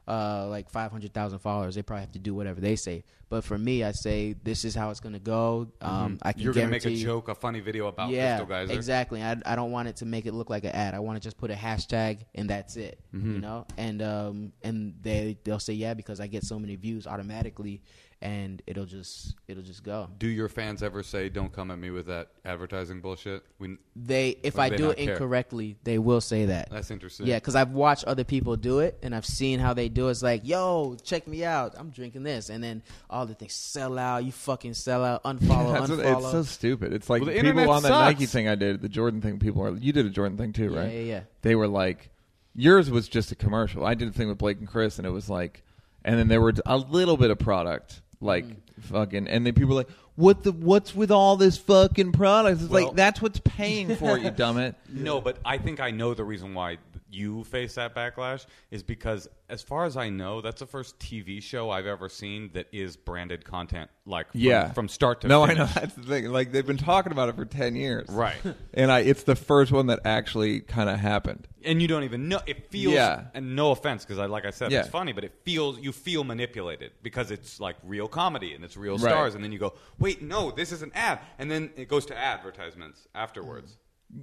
S1: uh, like five hundred thousand followers, they probably have to do whatever they say. But for me, I say this is how it's going to go. Um, I can
S2: Mm-hmm. You're gonna make a
S1: guarantee-
S2: joke, a funny video about
S1: Yeah,
S2: crystal geyser.
S1: exactly. I, I don't want it to make it look like an ad. I want to just put a hashtag and that's it.
S2: Mm-hmm.
S1: You know, and um, and they they'll say yeah because I get so many views automatically, and it'll just it'll just go.
S2: Do your fans ever say, "Don't come at me with that advertising bullshit"? We,
S1: They if
S2: Or do
S1: I
S2: they
S1: do
S2: not
S1: it
S2: care?
S1: incorrectly, they will say that.
S2: that's interesting.
S1: Yeah, because I've watched other people do it, and I've seen how they do it. It's like, yo, check me out. I'm drinking this, and then all the things sell out. You fucking sell out. Unfollow,
S3: That's what-
S1: unfollow.
S3: it's so stupid. It's like
S2: Well, the
S3: people
S2: internet
S3: on that
S2: sucks.
S3: Nike thing I did, the Jordan thing. People are you did a Jordan thing too,
S1: Yeah,
S3: right?
S1: yeah, yeah.
S3: They were like, yours was just a commercial. I did a thing with Blake and Chris, and it was like, and then there were a little bit of product, like
S2: Mm.
S3: fucking, and then people were like, what the what's with all this fucking product? It's
S2: Well-
S3: like that's what's paying for it, you dumbit.
S2: No, but I think I know the reason why you face that backlash is because, as far as I know, that's the first TV show I've ever seen that is branded content, like from,
S3: Yeah,
S2: from start to
S3: no, I
S2: finish.
S3: know that's the thing. Like they've been talking about it for ten years,
S2: Right.
S3: And I, it's the first one that actually kind of happened.
S2: and you don't even know. It feels,
S3: Yeah.
S2: and no offense, because I, like I said,
S3: Yeah.
S2: it's funny, but it feels you feel manipulated because it's like real comedy and it's real
S3: Right.
S2: stars, and then you go, wait, no, this is an ad, and then it goes to advertisements afterwards.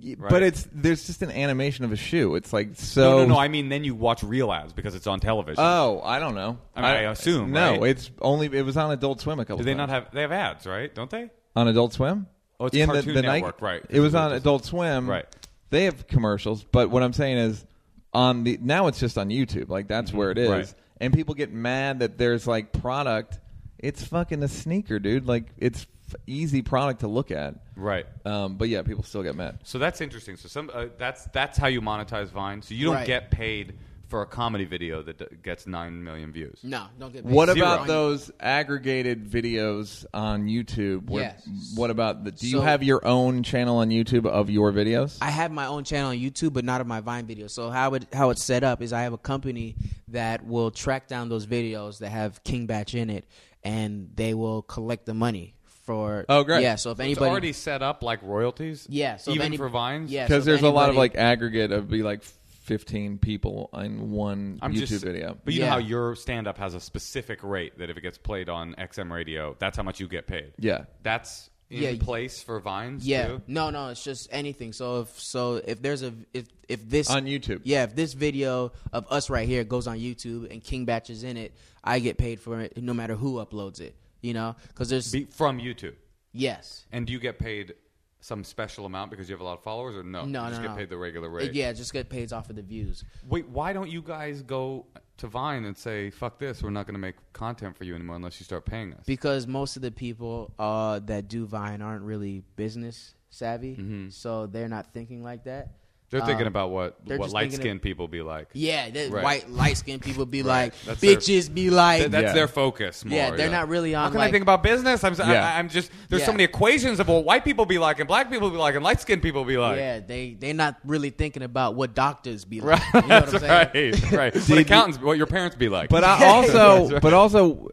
S3: Y-
S2: Right.
S3: But it's there's just an animation of a shoe. It's like so.
S2: No, no, no. I mean, then you watch real ads because it's on television.
S3: Oh, I don't know.
S2: I mean, I assume,
S3: No,
S2: right?
S3: it's only it was on Adult Swim a couple.
S2: Do they not
S3: times.
S2: have? They have ads, right? Don't they?
S3: on Adult Swim?
S2: Oh, it's Cartoon Network, right.
S3: It was
S2: It's-
S3: on
S2: it's-
S3: Adult Swim,
S2: Right.
S3: They have commercials, but what I'm saying is, on the now it's just on YouTube. Like that's where it is,
S2: Mm-hmm. Right.
S3: and people get mad that there's like product. It's fucking a sneaker, dude. Like it's f- easy product to look at,
S2: Right.
S3: Um, but yeah, people still get mad.
S2: So that's interesting. So some uh, that's that's how you monetize Vine. So you don't
S1: Right.
S2: get paid for a comedy video that d- gets nine million views.
S1: no, don't get.
S3: What
S2: Zero.
S3: about those aggregated videos on YouTube? Where,
S1: Yes.
S3: What about the? Do you
S1: So-
S3: have your own channel on YouTube of your videos?
S1: I have my own channel on YouTube, but not of my Vine videos. So how it how it's set up is I have a company that will track down those videos that have King Batch in it, and they will collect the money for.
S3: Oh, great.
S1: Yeah. So if
S2: It's
S1: anybody
S2: already set up like royalties.
S1: Yeah, so if
S2: even
S1: any-
S2: for Vines.
S1: yeah.
S3: because
S1: so if
S3: there's a lot of like
S1: anybody-
S3: aggregate of be like 15 people in one
S2: I'm
S3: YouTube
S2: just,
S3: video.
S2: But you know
S1: Yeah.
S2: how your stand up has a specific rate that if it gets played on XM radio, that's how much you get paid.
S3: Yeah.
S2: That's in
S1: Yeah.
S2: place for vines
S1: Yeah.
S2: too?
S1: No, no, it's just anything. So if so if there's a if if this
S3: On YouTube.
S1: Yeah, if this video of us right here goes on YouTube and King Batch is in it, I get paid for it no matter who uploads it. You know, because there's
S2: Be, from YouTube.
S1: yes.
S2: And do you get paid some special amount because you have a lot of followers or no?
S1: No,
S2: you just
S1: no,
S2: get
S1: no.
S2: paid the regular rate.
S1: Yeah, just get paid off of the views.
S2: Wait, why don't you guys go to Vine and say, fuck this, we're not going to make content for you anymore unless you start paying us?
S1: because most of the people uh, that do Vine aren't really business savvy,
S2: Mm-hmm.
S1: so they're not thinking like that.
S2: They're thinking
S1: Um,
S2: about what
S1: they're
S2: what
S1: just thinking
S2: light
S1: of-
S2: skinned people be like.
S1: Yeah, that
S2: Right.
S1: white light skinned people be
S2: Right.
S1: like
S2: That's their-
S1: bitches, be like
S2: Th- that's
S3: Yeah.
S2: their focus. More,
S1: Yeah, they're not really
S2: How
S1: on,
S2: can I
S1: like-
S2: think about business? I'm, s- I-
S3: Yeah.
S2: I, am just there's so
S1: Yeah.
S2: many equations of what white people be like and black people be like and light skinned people be like.
S1: yeah. They they not really thinking about what doctors be like. You know what I'm
S2: That's
S1: saying?
S2: right, right. what accountants, what your parents be like.
S3: But I
S1: Yeah.
S3: also,
S2: That's right.
S3: but also,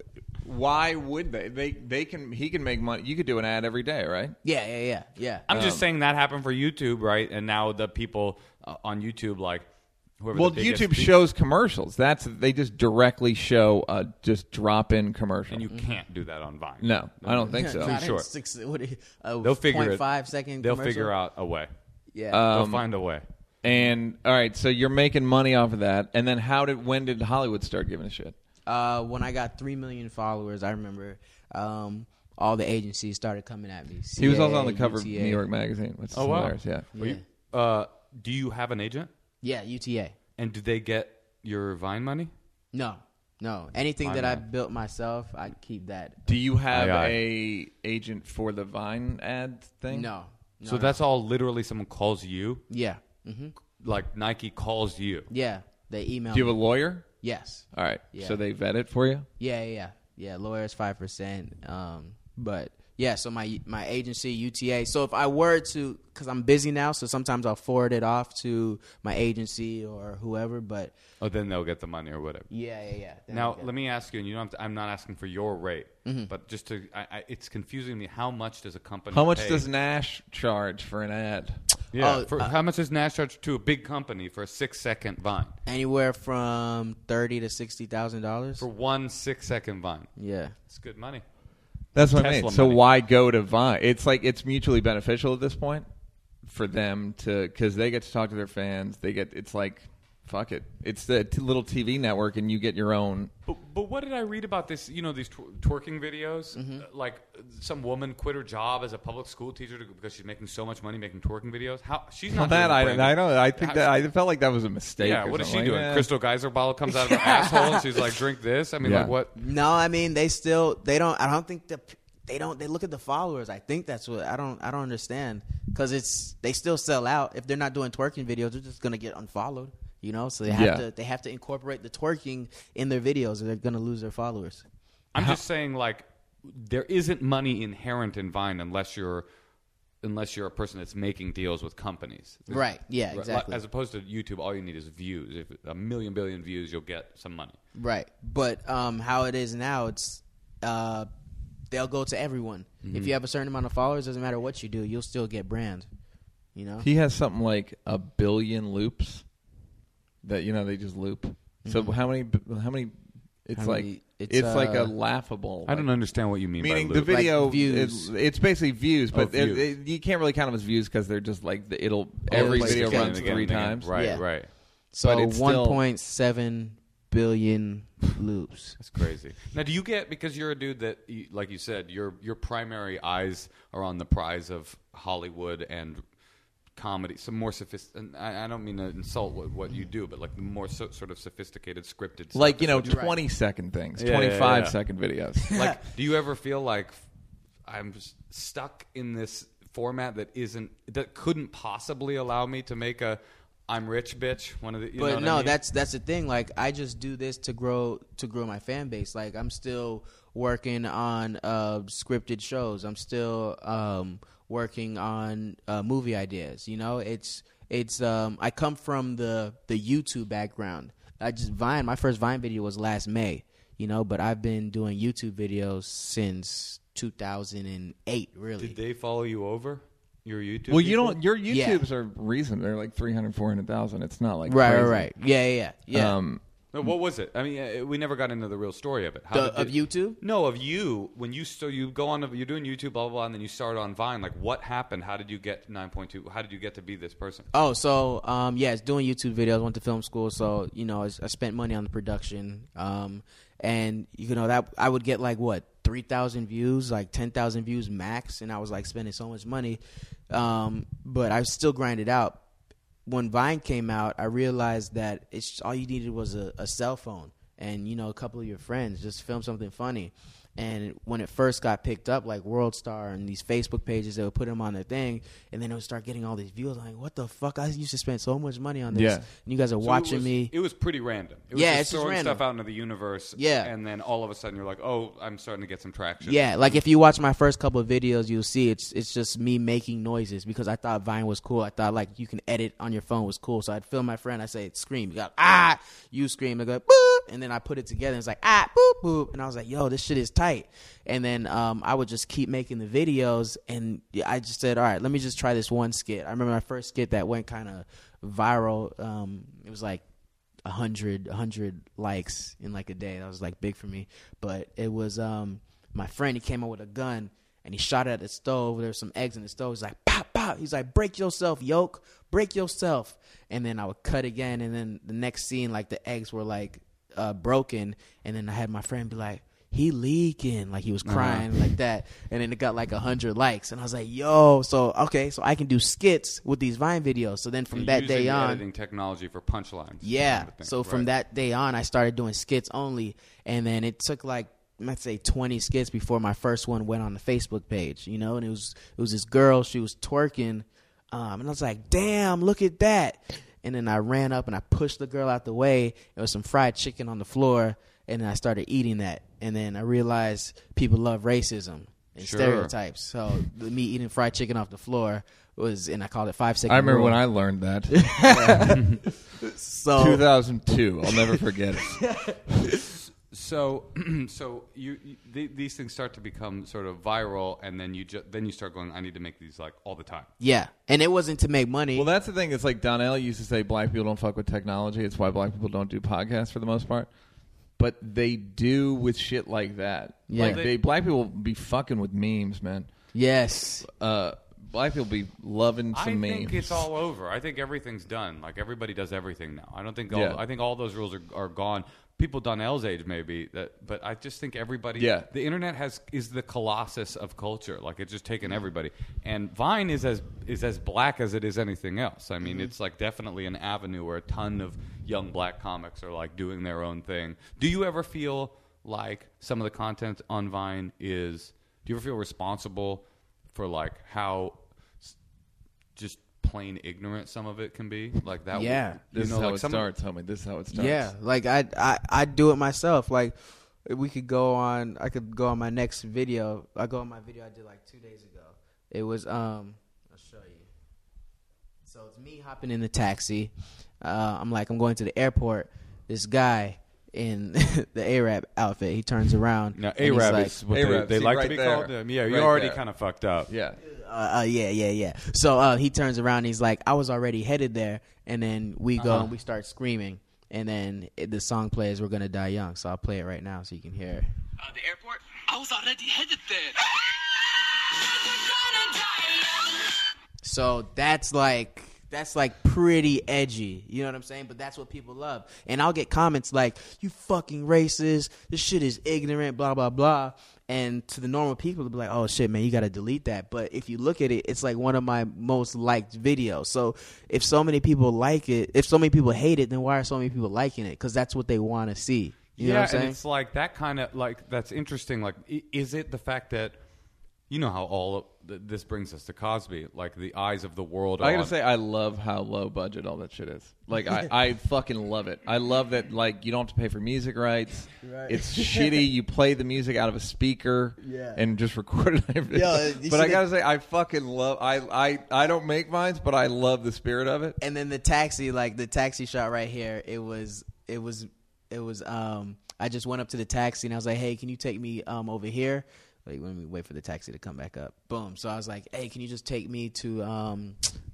S3: why would they? They they can he can make money. You could do an ad every day, right?
S1: Yeah, yeah, yeah, yeah.
S2: I'm just saying that happened for YouTube, right? And now the people uh, on YouTube, like whoever.
S3: Well,
S2: the biggest
S3: YouTube
S2: people-
S3: shows commercials. That's they just directly show a just drop in commercial.
S2: and you can't do that on Vine.
S3: no, I don't think so.
S1: Not
S2: Too
S1: in
S2: short.
S1: Six, what are you- a
S2: they'll figure it.
S1: 0.5 second
S2: They'll
S1: commercial?
S2: figure out a way.
S1: Yeah.
S2: they'll find a way.
S3: And all right, so you're making money off of that. And then how did when did Hollywood start giving a shit?
S1: Uh, when I got three million followers, I remember um, all the agencies started coming at me.
S3: He was also
S1: CAA,
S3: on the cover of
S1: UTA.
S3: New York Magazine, which
S2: Oh,
S3: is hilarious. Oh, Yeah.
S2: Well, you- uh, do you have an agent?
S1: Yeah, UTA.
S2: And do they get your Vine money?
S1: No, no. Anything that I
S2: Finance.
S1: built myself, I keep that.
S3: Do you have
S2: Aye, aye.
S3: a agent for the Vine ad thing?
S1: No. no
S2: so
S1: no.
S2: that's all. Literally, someone calls you,
S1: yeah, hmm
S2: like Nike calls you.
S1: yeah. They email.
S3: Do you have
S1: me.
S3: a lawyer?
S1: yes.
S3: All right.
S1: Yeah.
S3: So they vet it for you.
S1: Yeah, yeah, yeah. yeah lawyers five percent. Um, but yeah. So my my agency UTA. So if I were to, because I'm busy now, so sometimes I'll forward it off to my agency or whoever. But
S2: Oh, then they'll get the money or whatever.
S1: yeah, yeah, yeah. Then
S2: Now
S1: I'll get-
S2: let me ask you, and you don't have to, I'm not asking for your rate, but just to, I, I, it's confusing me. How much does a company?
S3: How much
S2: pay-
S3: does Nash charge for an ad?
S2: Yeah,
S1: Oh,
S2: for, how much does Nash charge to a big company for a six second vine?
S1: anywhere from thirty to sixty thousand dollars.
S2: For one six second vine,
S1: Yeah.
S2: it's good money.
S3: That's what I
S2: Tesla
S3: mean. So
S2: money.
S3: why go to Vine? It's like it's mutually beneficial at this point for them to because they get to talk to their fans. They get it's like fuck it. It's the t- little TV network, and you get your own.
S2: But, but what did I read about this? You know, these twer- twerking videos.
S1: Mm-hmm.
S2: Uh, Like uh, some woman quit her job as a public school teacher to, because she's making so much money making twerking videos. How she's not doing
S3: That I,
S2: branding.
S3: I don't. I think
S2: How-
S3: that I felt like that was a mistake.
S2: yeah,
S3: or
S2: what is she
S3: something.
S2: doing?
S3: Like, eh.
S2: Crystal geyser bottle comes out of her asshole, and she's like, "Drink this." I mean,
S3: Yeah.
S2: like what?
S1: No, I mean they still they don't. I don't think the they don't they look at the followers. I think that's what I don't I don't understand because it's they still sell out if they're not doing twerking videos. They're just gonna get unfollowed. You know, so they have
S3: Yeah.
S1: to they have to incorporate the twerking in their videos, or they're gonna lose their followers.
S2: I'm just saying, like, there isn't money inherent in Vine unless you're unless you're a person that's making deals with companies. There's-
S1: Right. Yeah,
S2: Right.
S1: exactly.
S2: As opposed to YouTube, all you need is views. If a million billion views, you'll get some money.
S1: Right. But um, how it is now, it's uh, they'll go to everyone. If
S3: Mm-hmm.
S1: you have a certain amount of followers, doesn't matter what you do, you'll still get brand. You know.
S3: He has something like a billion loops that you know they just loop.
S2: Mm-hmm.
S3: So how many? How many? It's
S1: How
S3: like
S1: many-
S3: it's,
S1: it's,
S3: like a
S1: uh,
S3: laughable.
S2: I don't understand what you mean
S3: Meaning
S2: by
S3: the
S2: loop.
S1: Like
S3: video Is,
S1: views.
S3: it's basically views, but
S2: Oh, views.
S3: it- it- you can't really count them as views because they're just like the, it'll every
S1: places
S3: video
S1: again
S3: runs
S1: and again
S3: three
S2: and again.
S3: times.
S2: Right,
S1: Yeah.
S2: right.
S3: but
S1: So
S3: it's still-
S1: 1.7 billion loops.
S2: That's crazy. Now, do you get because you're a dude that, you- like you said, your your primary eyes are on the prize of Hollywood and comedy, some more sophisticated. I, I don't mean to insult what, what you do, but like the more so, sort of sophisticated, scripted. Stuff
S3: Like
S2: is
S3: you know,
S2: what
S3: twenty second things,
S2: Yeah, yeah,
S3: twenty five
S2: yeah.
S3: second videos.
S2: like do you ever feel like i'm s- stuck in this format that isn't that couldn't possibly allow me to make a i'm rich bitch one of the you know
S1: But
S2: what I
S1: no,
S2: mean?
S1: that's that's the thing. Like I just do this to grow to grow my fan base. Like I'm still working on uh, scripted shows. I'm still um, working on uh, movie ideas. You know, it's it's um, I come from the the YouTube background. I just Vine. My first Vine video was last May. You know, but I've been doing YouTube videos since 2008. Really,
S2: did they follow you over your youtube
S3: well, you
S2: people?
S3: don't. Your
S1: Yeah.
S3: YouTubes are reason. They're like 300, 400,000. It's not like
S1: right,
S3: crazy.
S1: right, right. Yeah, yeah, yeah. yeah.
S3: Um,
S2: No, what was it? I mean, uh, we never got into the real story of it. How
S1: The-
S2: did
S1: of
S2: you-
S1: YouTube?
S2: No, of you. When you so you go on, you're doing YouTube, blah blah, blah and then you start on Vine. Like, what happened? How did you get 9.2? How did you get to be this person?
S1: Oh, so um, yeah, it's doing YouTube videos. Went to film school, so you know, I, I spent money on the production, um, and you know that I would get like what three thousand views, like ten thousand views max, and I was like spending so much money, um, but I still grinded out. When Vine came out, I realized that it's all you needed was a, a cell phone and you know a couple of your friends just film something funny. And when it first got picked up, like World Star and these Facebook pages, they would put them on their thing, and then it would start getting all these views. I'm like, what the fuck? I used to spend so much money on this,
S3: Yeah.
S1: and you guys are
S2: So
S1: watching
S2: it was,
S1: me.
S2: It was pretty random. It was
S1: Yeah,
S2: just
S1: it's just
S2: throwing
S1: random.
S2: stuff out into the universe.
S1: Yeah.
S2: and then all of a sudden you're like, oh, I'm starting to get some traction.
S1: Yeah, like if you watch my first couple of videos, you'll see it's it's just me making noises because I thought Vine was cool. I thought like you can edit on your phone was cool. So I'd film my friend. I say scream, you go ah, you scream, I go boop, and then I put it together. and It's like ah boop boop, and I was like yo, this shit is tight. And then um, I would just keep making the videos, and I just said all right, let me just try this one skit. I remember my first skit that went kind of viral. Um, it was like 100 100 likes in like a day that was like big for me but it was um my friend he came out with a gun and he shot it at the stove there was some eggs in the stove he's like pop pop he's like break yourself yoke break yourself and then i would cut again and then the next scene like the eggs were like uh broken and then i had my friend be like he leaking like he
S2: Uh-huh.
S1: was crying like that and then it got like 100 likes and i was like yo so okay so i can do skits with these vine videos so then from
S2: And
S1: that
S2: using
S1: day
S2: the
S1: on
S2: editing technology for punchlines.
S1: yeah.
S2: kind of thing.
S1: So from
S2: Right.
S1: that day on, I started doing skits only, and then it took like let's say 20 skits before my first one went on the Facebook page. You know, and it was it was this girl. She was twerking, um, and I was like, "Damn, look at that!" And then I ran up and I pushed the girl out the way. There was some fried chicken on the floor, and then I started eating that. And then I realized people love racism and
S2: Sure.
S1: stereotypes. So the- me eating fried chicken off the floor was, and I called it five second.
S3: I remember
S1: rule.
S3: when I learned that.
S1: so
S3: 2002. I'll never forget it.
S2: so so you, you th- these things start to become sort of viral, and then you ju- then you start going, I need to make these like all the time.
S1: yeah, and it wasn't to make money.
S3: Well, that's the thing. It's like Donnell used to say, black people don't fuck with technology. It's why black people don't do podcasts for the most part. But they do with shit like that.
S1: Yeah.
S3: Like they, black people be fucking with memes, man.
S1: Yes.
S3: Uh, black people be loving some
S2: I
S3: memes.
S2: think it's all over. I think everything's done. Like everybody does everything now. I don't think all,
S3: Yeah.
S2: I think all those rules are, are gone. People Donnell's age maybe that, but I just think everybody.
S3: Yeah.
S2: the internet has is the colossus of culture. Like it's just taken
S3: Mm-hmm.
S2: everybody, and Vine is as is as black as it is anything else. I mean,
S3: Mm-hmm.
S2: it's like definitely an avenue where a ton of young black comics are like doing their own thing. Do you ever feel like some of the content on Vine is? Do you ever feel responsible for like how just plain ignorant some of it can be like that
S1: Yeah.
S2: you
S3: This
S2: know,
S3: is how
S2: like
S3: it
S2: some-
S3: starts, homie. This is how it starts.
S1: Yeah, like I I I do it myself. Like we could go on. I could go on my next video. I go on my video I did like two days ago. It was um. I'll show you. So it's me hopping in the taxi. Uh, I'm like I'm going to the airport. This guy in the Arab outfit. He turns around.
S2: now
S1: and he's
S2: arab
S1: like-
S2: is what
S3: Arab,
S2: they, they
S3: see,
S2: like
S3: right
S2: to be
S3: there.
S2: called um, yeah you're
S3: Right
S2: already
S3: there.
S2: kind of fucked up
S3: Yeah.
S1: uh, uh, yeah, yeah, yeah. So uh, he turns around. And he's like, I was already headed there, and then we go and we start screaming, and then it, the song plays. We're gonna die young. So I'll play it right now so you can hear. it.
S6: Uh, the airport? I was already headed there.
S1: So that's like that's like pretty edgy. You know what I'm saying? But that's what people love. And I'll get comments like, "You fucking racist. This shit is ignorant." Blah blah blah. And to the normal people, they'll be like, "Oh shit, man, you got to delete that." But if you look at it, it's like one of my most liked videos. So if so many people like it, if so many people hate it, then why are so many people liking it? Because that's what they want to see. You
S2: yeah
S1: know what I'm saying?
S2: and it's like that kind of like that's interesting like i- is it the fact that you know how all of th- this brings us to cosby like the eyes of the world are
S3: I gotta
S2: on-
S3: say, I love how low budget all that shit is. Like, I, I fucking love it. I love that. Like, you don't have to pay for music rights. It's shitty. You play the music out of a speaker.
S1: Yeah.
S3: And just record it.
S1: Yo, you
S3: but I
S1: see
S3: gotta say, I fucking love. I, I I don't make vines, but I love the spirit of it.
S1: and then the taxi like the taxi shot right here it was it was it was um i just went up to the taxi and i was like hey can you take me um over here Like when we wait for the taxi to come back up, boom. So I was like, "Hey, can you just take me to?" Um,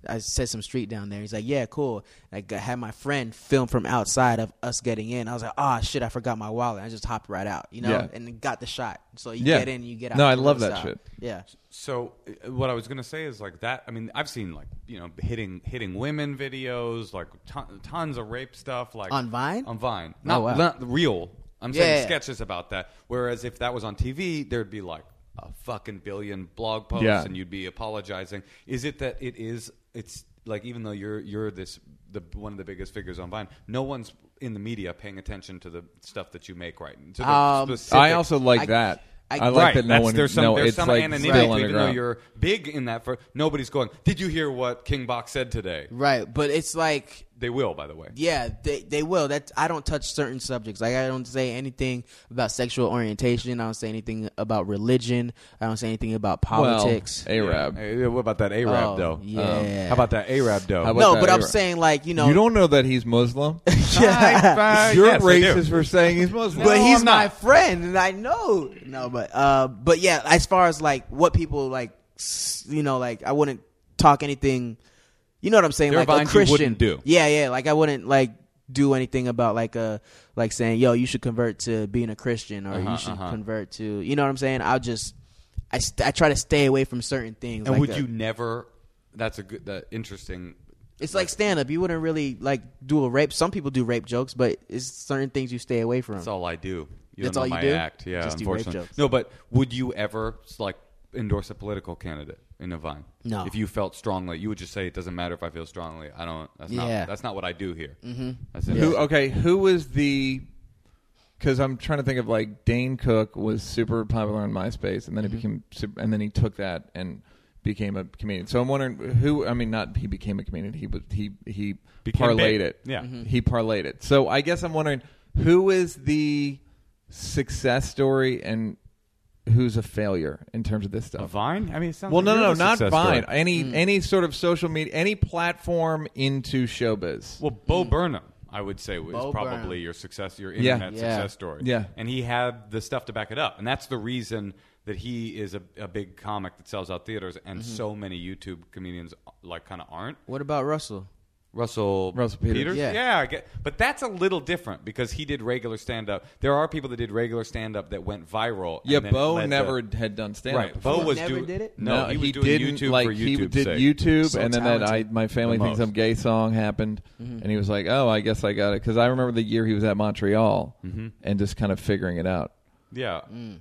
S1: I said some street down there. He's like, "Yeah, cool." Like I had my friend film from outside of us getting in. I was like, "Ah, shit, I forgot my wallet." I just hopped right out, you know,
S3: Yeah.
S1: and got the shot. So you
S3: Yeah.
S1: get in, you get out.
S3: No, I
S1: the
S3: love
S1: road
S3: that
S1: style.
S3: shit.
S1: Yeah,
S2: So uh, what I was gonna say is like that. I mean, I've seen like you know hitting hitting women videos, like ton, tons of rape stuff, like
S1: On Vine? Oh,
S2: on Vine, not
S1: wow.
S2: not the real. I'm
S1: Yeah,
S2: saying
S1: yeah.
S2: sketches about that. Whereas if that was on TV, there'd be like a fucking billion blog posts,
S3: Yeah.
S2: and you'd be apologizing. Is it that it is? It's like even though you're you're this the one of the biggest figures on Vine, no one's in the media paying attention to the stuff that you make right. To the
S1: Um,
S2: specific-
S3: I also like
S1: I-
S3: that.
S1: I-
S3: I, like
S2: right.
S3: that no
S2: That's-
S3: one.
S2: There's some,
S3: no,
S2: there's
S3: it's
S2: some
S3: like
S2: anonymity,
S3: still
S2: even though
S3: underground.
S2: you're big in that. For nobody's going. Did you hear what King Bach said today?
S1: right. But it's like
S2: They will, by the way.
S1: Yeah, they they will. That I don't touch certain subjects. Like I don't say anything about sexual orientation. I don't say anything about religion. I don't say anything about politics.
S3: Well, Arab.
S2: Hey, what about that Arab
S1: Oh,
S2: though? Um,
S1: yeah.
S2: How about that Arab though?
S3: How about-
S1: no,
S3: that,
S1: but I'm
S3: you're-
S1: saying like you know,
S3: you don't know that he's Muslim.
S2: yeah.
S3: You're racist for saying he's Muslim.
S1: but he's
S2: I'm
S1: my
S2: not.
S1: friend, and I know. No, but uh, but yeah, as far as like what people like, s- you know, like I wouldn't talk anything. You know what I'm saying?
S2: There are
S1: like a
S2: vines you
S1: Christian,
S2: wouldn't do.
S1: Yeah, yeah. Like I wouldn't like do anything about like a like saying, "Yo, you should convert to being a Christian,"
S2: Uh-huh,
S1: or "You should convert to." You know what I'm saying? I'll just I st- I try to stay away from certain things.
S2: And
S1: like
S2: would
S1: that.
S2: you never? That's a good, that interesting.
S1: It's like stand up. You wouldn't really like do a rape. Some people do rape jokes, but it's certain things you stay away from.
S2: That's all I do. You
S1: That's
S2: don't know
S1: all you
S2: my
S1: do?
S2: act. Yeah,
S1: Just do rape
S2: unfortunately.
S1: jokes.
S2: No, but would you ever like endorse a political candidate in a vine?
S1: No.
S2: If you felt strongly, you would just say it doesn't matter if I feel strongly. I don't. That's
S1: Yeah.
S2: not. That's not what I do here. Mm-hmm. That's it.
S3: Who? Okay, who was the? Because I'm trying to think of like Dane Cook was super popular on MySpace, and then
S2: Mm-hmm.
S3: he became, super, and then he took that and became a comedian. So I'm wondering who. I mean, not he became a comedian. He was he he
S2: Became
S3: parlayed
S2: big.
S3: it.
S2: Yeah. Mhm.
S3: he parlayed it. So I guess I'm wondering who is the success story and who's a failure in terms of this stuff.
S2: A Vine? I mean, it sounds
S3: Well,
S2: like
S3: no,
S2: you're
S3: no, no,
S2: the
S3: not
S2: success
S3: Vine.
S2: story.
S3: Any any sort of social media, any platform into showbiz.
S2: Well, Bo Burnham, I would say, was
S1: Bo
S2: probably
S1: Burnham.
S2: your success, your internet
S3: Yeah.
S2: success story.
S3: Yeah.
S2: and he had the stuff to back it up, and that's the reason that he is a, a big comic that sells out theaters, and
S3: Mm-hmm.
S2: so many YouTube comedians like kind of aren't.
S1: What about Russell?
S2: Russell,
S3: Russell Peters.
S1: Yeah.
S2: I get, but that's a little different because he did regular stand up. There are people that did regular stand up that went viral.
S3: Yeah,
S2: and then
S3: Bo
S2: led to-
S3: never had done stand up.
S2: right. Bo
S1: He
S2: was
S1: never
S2: doing
S1: did it?
S2: No, he was doing
S3: didn't,
S2: YouTube
S3: like,
S2: for
S3: He
S2: YouTube's
S3: did
S2: sake.
S3: YouTube,
S1: So
S3: and then that I,
S1: talented.
S3: my family
S2: The
S3: thinks
S2: most.
S3: I'm gay song happened, and he was like, "Oh, I guess I got it." Because I remember the year he was at Montreal and just kind of figuring it out.
S2: Yeah.
S1: Mm.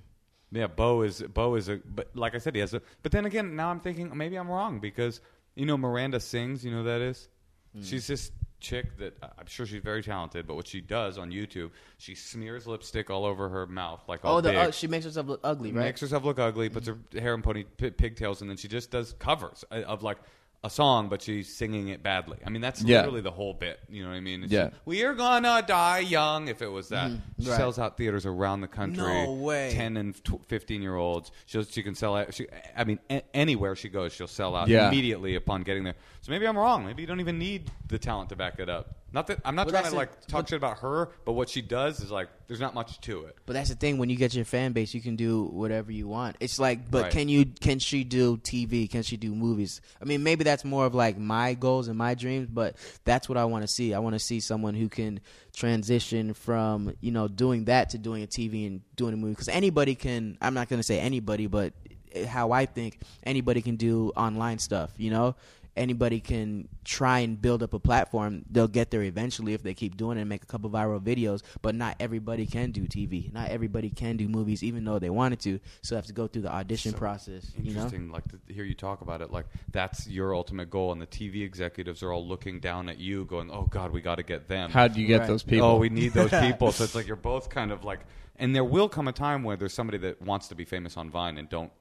S2: Yeah, Bo is Bo is a but like I said, he has a but then again now I'm thinking maybe I'm wrong because you know Miranda sings, you know who that is?
S1: Mm.
S2: She's this chick that I'm sure she's very talented, but what she does on YouTube, she smears lipstick all over her mouth like all
S1: Oh, the
S2: big.
S1: uh, she makes herself look ugly, right?
S2: Makes herself look ugly, puts her hair in pony p- pigtails, and then she just does covers uh, of like a song, but she's singing it badly. I mean, that's
S3: Yeah.
S2: literally the whole bit. You know what I mean? It's
S3: Yeah.
S2: just, we are gonna die young. If it was that, she
S1: Mm-hmm. right.
S2: sells out theaters around the country.
S1: No way.
S2: Ten and tw- fifteen year olds. She she can sell out. She, I mean, a- anywhere she goes, she'll sell out
S3: Yeah.
S2: immediately upon getting there. So maybe I'm wrong. Maybe you don't even need the talent to back it up. Not that I'm not
S1: Well,
S2: trying
S1: that's
S2: to
S1: a-
S2: like talk
S1: but-
S2: shit about her, but what she does is like there's not much to it.
S1: But that's the thing. When you get your fan base, you can do whatever you want. It's like, but
S2: Right.
S1: can you? Can she do TV? Can she do movies? I mean, maybe that's more of like my goals and my dreams. But that's what I want to see. I want to see someone who can transition from you know doing that to doing a TV and doing a movie. Because anybody can. I'm not going to say anybody, but eh, how I think anybody can do online stuff. You know. Anybody can try and build up a platform. They'll get there eventually if they keep doing it and make a couple viral videos. But not everybody can do TV. Not everybody can do movies, even though they wanted to. So they have to go through the audition process. You know,
S2: interesting like to hear you talk about it like that's your ultimate goal and the tv executives are all looking down at you going oh god we got to get them
S3: How do you get
S1: Right.
S3: those people?
S2: oh we need those people so it's like you're both kind of like and there will come a time where there's somebody that wants to be famous on vine and don't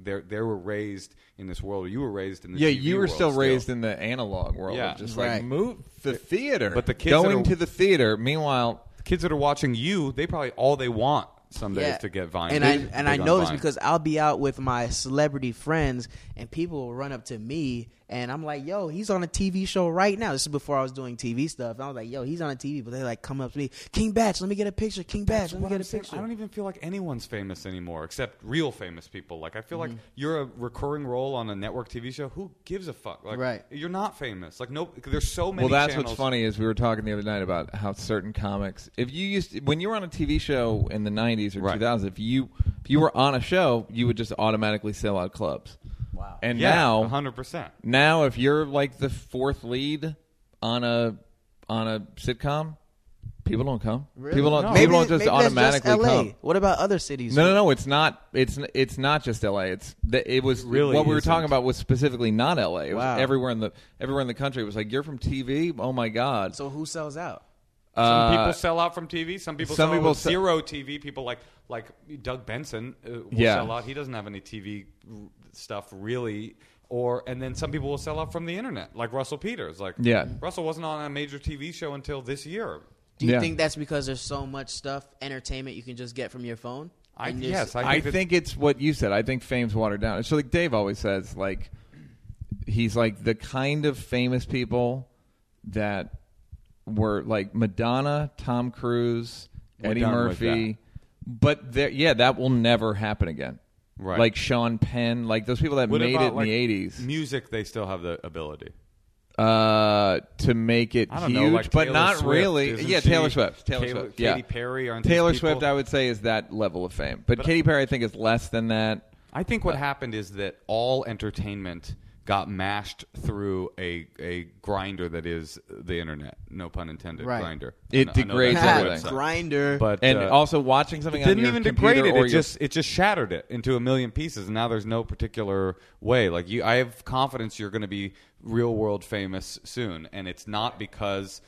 S2: they're they were raised in this world you were raised in the
S3: yeah,
S2: TV
S3: you were
S2: world
S3: still raised in the analog world.
S2: Yeah.
S3: of just
S1: Right.
S3: like move the theater,
S2: But the kids that
S3: going
S2: are-
S3: to the theater. Meanwhile,
S2: kids that are watching you they probably all they want someday is to get vine
S1: And
S2: They're
S1: I
S2: just
S1: and
S2: big
S1: I
S2: on
S1: know this
S2: Vine.
S1: because I'll be out with my celebrity friends, and people will run up to me And I'm like, yo, he's on a TV show right now. This is before I was doing TV stuff. And I was like, yo, he's on a TV. But they like come up to me, King Batch, let me get a picture. King Batch, let me
S2: What
S1: get
S2: I'm
S1: a
S2: saying,
S1: picture.
S2: I don't even feel like anyone's famous anymore, except real famous people. Like I feel
S1: Mm-hmm.
S2: like you're a recurring role on a network TV show. Who gives a fuck? Like,
S1: Right.
S2: You're not famous. Like no, there's so many.
S3: Well, that's
S2: channels.
S3: what's funny is we were talking the other night about how certain comics, if you used to- when you were on a TV show in the '90s or
S2: Right.
S3: 2000s, if you if you were on a show, you would just automatically sell out clubs. Wow! And
S2: Yeah,
S3: now,
S2: 100. percent
S3: now if you're like the fourth lead on a on a sitcom, people don't come. People don't.
S1: Maybe-
S3: People don't just
S1: maybe that's
S3: automatically
S1: LA.
S3: come.
S1: What about other cities?
S3: No, no, no. It's not. It's n- it's not just L.A. It's the, it was
S2: really
S3: what we were
S2: isn't.
S3: talking about was specifically not L.A. It was
S1: Wow.
S3: everywhere in the everywhere in the country. It was like you're from TV. Oh my God.
S1: So who sells out?
S2: Some people sell out from TV. Some people
S3: uh, some
S2: sell
S3: people
S2: out with
S3: se-
S2: zero TV. People like like Doug Benson uh, will
S3: Yeah.
S2: sell out. He doesn't have any TV stuff really. Or and then some people will sell out from the internet, like Russell Peters. Like
S3: Yeah.
S2: Russell wasn't on a major TV show until this year.
S1: Do you
S3: Yeah.
S1: think that's because there's so much stuff, entertainment you can just get from your phone?
S2: I,
S1: And there's-
S2: yes, I think,
S3: I
S2: that-
S3: think it's what you said. I think fame's watered down. So like Dave always says, like he's like the kind of famous people that were like Madonna, Tom Cruise,
S2: We're
S3: Eddie
S2: done with
S3: Murphy. But there, yeah, that will never happen again.
S2: Right.
S3: Like Sean Penn, like those people that
S2: What
S3: made
S2: about,
S3: it in
S2: like,
S3: the eighties.
S2: Music, they still have the ability.
S3: uh, to make it
S2: I
S3: huge,
S2: don't know, like
S3: but
S2: Taylor
S3: not
S2: Swift,
S3: really.
S2: isn't
S3: Yeah,
S2: she?
S3: Taylor Swift. Taylor
S2: Taylor-
S3: Swift. Yeah.
S2: Katy Perry, aren't these
S3: Taylor
S2: people-
S3: Swift? I would say is that level of fame, but, Katy Perry, I think, is less than that.
S2: I think
S3: Uh,
S2: what happened is that all entertainment got mashed through a, a grinder that is the internet. No pun intended.
S1: Right.
S2: Grinder.
S3: It degrades everything.
S1: Grinder.
S2: But
S3: and
S2: uh,
S3: also watching something
S2: it
S3: on
S2: didn't
S3: your
S2: even
S3: computer
S2: degrade it.
S3: or
S2: It
S3: your-
S2: just it just shattered it into a million pieces. And now there's no particular way. Like you, I have confidence you're going to be real world famous soon, and it's not because.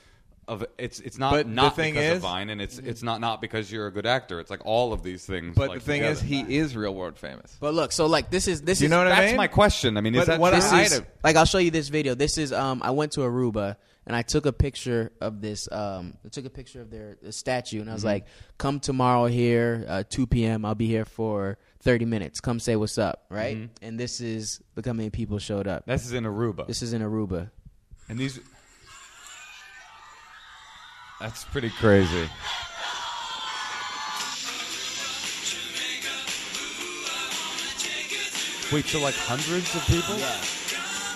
S2: Of, it's it's not
S3: But the
S2: not
S3: thing
S2: because
S3: is- Mm-hmm.
S2: of Vine, and it's it's not not because you're a good actor. It's like all of these things.
S3: but
S2: like,
S3: the thing is,
S2: together.
S3: he is real world famous.
S1: But look, so like this is this
S3: You
S1: is
S3: know what I
S2: that's
S3: mean?
S2: my question. I mean,
S3: But
S2: is that
S3: what
S2: true?
S1: this
S3: I
S1: is-
S3: item.
S1: like I'll show you this video. This is um I went to Aruba and I took a picture of this um I took a picture of their the statue and
S3: Mm-hmm.
S1: I was like, come tomorrow here, uh, two p.m. I'll be here for thirty minutes. Come say what's up, right?
S3: Mm-hmm.
S1: And this is look how many people showed up.
S2: This is in Aruba.
S1: This is in Aruba.
S2: and these. That's pretty crazy. Wait, so like hundreds of people?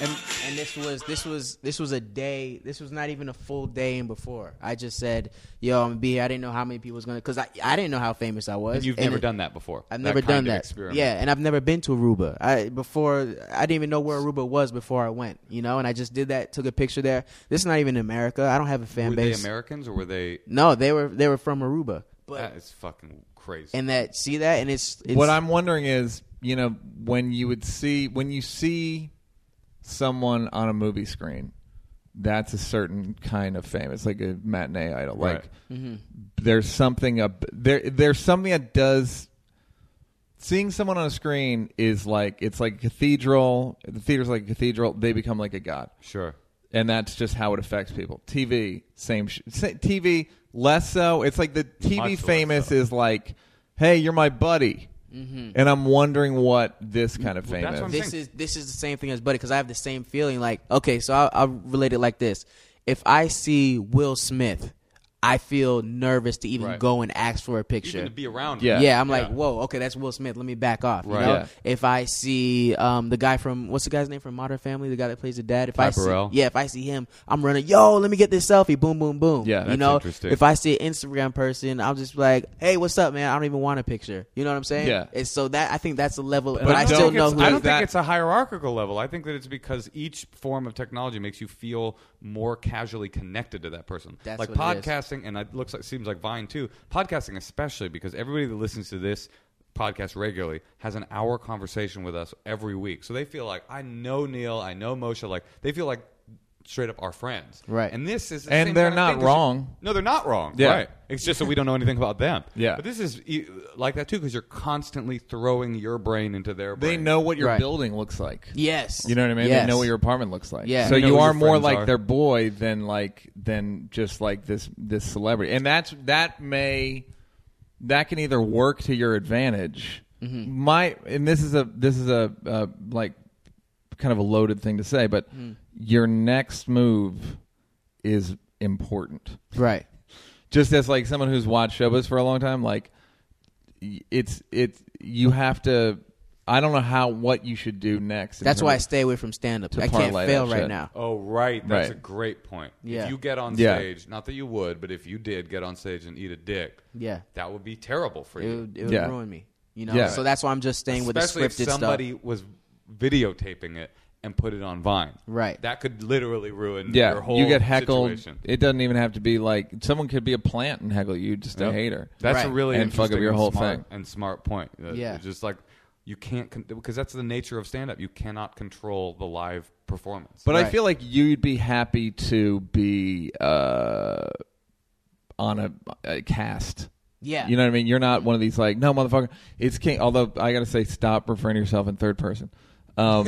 S2: And
S1: and this was this was this was a day. This was not even a full day and before. I just said, "Yo, I'm gonna be." here." I didn't know how many people was gonna because I I didn't know how famous I was.
S2: and you've
S1: And
S2: never
S1: it-
S2: done that before.
S1: I've never
S2: kind
S1: done
S2: of
S1: that.
S2: Experiment.
S1: Yeah, and I've never been to Aruba. I before I didn't even know where Aruba was before I went. You know, and I just did that. Took a picture there. This is not even America. I don't have a fan
S2: Were they
S1: base.
S2: Americans or were they?
S1: no, they were they were from Aruba. But
S2: That is fucking crazy.
S1: and that see that and it's, it's
S3: what I'm wondering is, you know, when you would see when you see someone on a movie screen, that's a certain kind of fame. It's like a matinee idol.
S2: Right.
S3: Like there's something up there. There's something that does. Seeing someone on a screen is like it's like a cathedral. The theater's like a cathedral. They become like a god.
S2: sure.
S3: and that's just how it affects people. TV, same sh- sa- TV, less so. It's like the
S2: Much
S3: TV
S2: less
S3: famous
S2: so. Mm-hmm.
S3: is like, hey, you're my buddy, and I'm wondering what this kind of fame
S2: that's
S3: is.
S2: what I'm
S1: this
S2: thing.
S1: is this is the same thing as Buddy because I have the same feeling. Like, okay, so I, I'll relate it like this: if I see Will Smith, I feel nervous to even
S2: Right.
S1: go and ask for a picture.
S2: Even to be around.
S3: Yeah.
S2: them.
S1: yeah, I'm like,
S2: Yeah.
S1: whoa, okay, that's Will Smith. Let me back off. You
S2: Right.
S1: know?
S3: Yeah.
S1: If I see um, the guy from what's the guy's name from Modern Family, the guy that plays the dad. If
S2: Ty
S1: I see,
S2: Burrell?
S1: yeah, if I see him, I'm running. Yo, let me get this selfie. Boom, boom, boom.
S3: Yeah,
S1: you
S3: that's
S1: know.
S2: interesting.
S1: If I see an Instagram person, I'm just like, hey, what's up, man? I don't even want a picture. You know what I'm saying?
S3: Yeah.
S1: It's so that I think that's the level, but,
S3: But
S1: I
S3: don't
S1: still
S2: think
S1: know
S2: it's-
S1: who.
S2: I
S1: it
S2: don't
S1: is.
S2: think
S3: that-
S2: it's a hierarchical level. I think that it's because each form of technology makes you feel more casually connected to that person.
S1: That's
S2: like
S1: what it is.
S2: podcasting, and it looks like seems like Vine too. Podcasting, especially because everybody that listens to this podcast regularly has an hour conversation with us every week, so they feel like I know Neil, I know Moshe. Like they feel like straight up our friends,
S1: Right.
S2: And this is the
S3: And
S2: same
S3: they're
S2: kind of
S3: not
S2: thing 'cause you-
S3: wrong.
S2: No, they're not wrong.
S3: Yeah.
S2: Right. It's just that we don't know anything about them.
S3: Yeah.
S2: But this is e- like that too because you're constantly throwing your brain into their
S3: They
S2: brain.
S3: know what your
S1: Right.
S3: building looks like.
S1: Yes.
S3: You know what I mean?
S1: Yes.
S3: They know what your apartment looks like.
S1: Yeah.
S3: So
S1: They
S2: know
S3: you
S2: who
S3: are
S2: your
S3: more
S2: friends
S3: like
S2: are.
S3: their boy than like than just like this this celebrity. And that's that may that can either work
S1: Mm-hmm.
S3: to your advantage. My and this is a this is a uh, like kind of a loaded thing to say, but
S1: Mm.
S3: your next move is important.
S1: Right.
S3: Just as like someone who's watched showbiz for a long time, like y- it's it's you have to. I don't know how what you should do next. in
S1: That's
S3: terms
S1: why I
S3: of-
S1: stay away from stand up.
S3: to
S1: I can't
S3: parlay
S1: fail
S3: that
S1: right
S3: shit.
S1: now.
S2: Oh, right. That's
S3: Right.
S2: a great point.
S1: Yeah.
S2: If you get on
S3: Yeah.
S2: stage, not that you would, but if you did get on stage and eat a dick,
S1: Yeah.
S2: that would be terrible for
S1: It
S2: you.
S1: would, it would
S3: Yeah.
S1: ruin me. You know,
S3: Yeah.
S1: so that's why I'm just staying with the
S2: Especially
S1: scripted
S2: if somebody
S1: stuff.
S2: was videotaping it and put it on Vine.
S1: Right.
S2: That could literally ruin
S3: yeah,
S2: your whole
S3: you get heckled.
S2: situation.
S3: It doesn't even have to be like someone could be a plant and heckle you, just a
S2: Yep.
S3: hater.
S2: That's a
S1: Right.
S2: really
S3: And fuck up
S2: interesting
S3: your whole
S2: smart,
S3: thing.
S2: and smart point. Uh,
S1: Yeah.
S2: it's just like you can't con- because that's the nature of stand up. You cannot control the live performance.
S3: But I
S1: Right.
S3: feel like you'd be happy to be uh, on a, a cast.
S1: Yeah.
S3: You know what I mean? You're not one of these like, no, motherfucker, it's King. Although I gotta say, stop referring to yourself in third person. Um,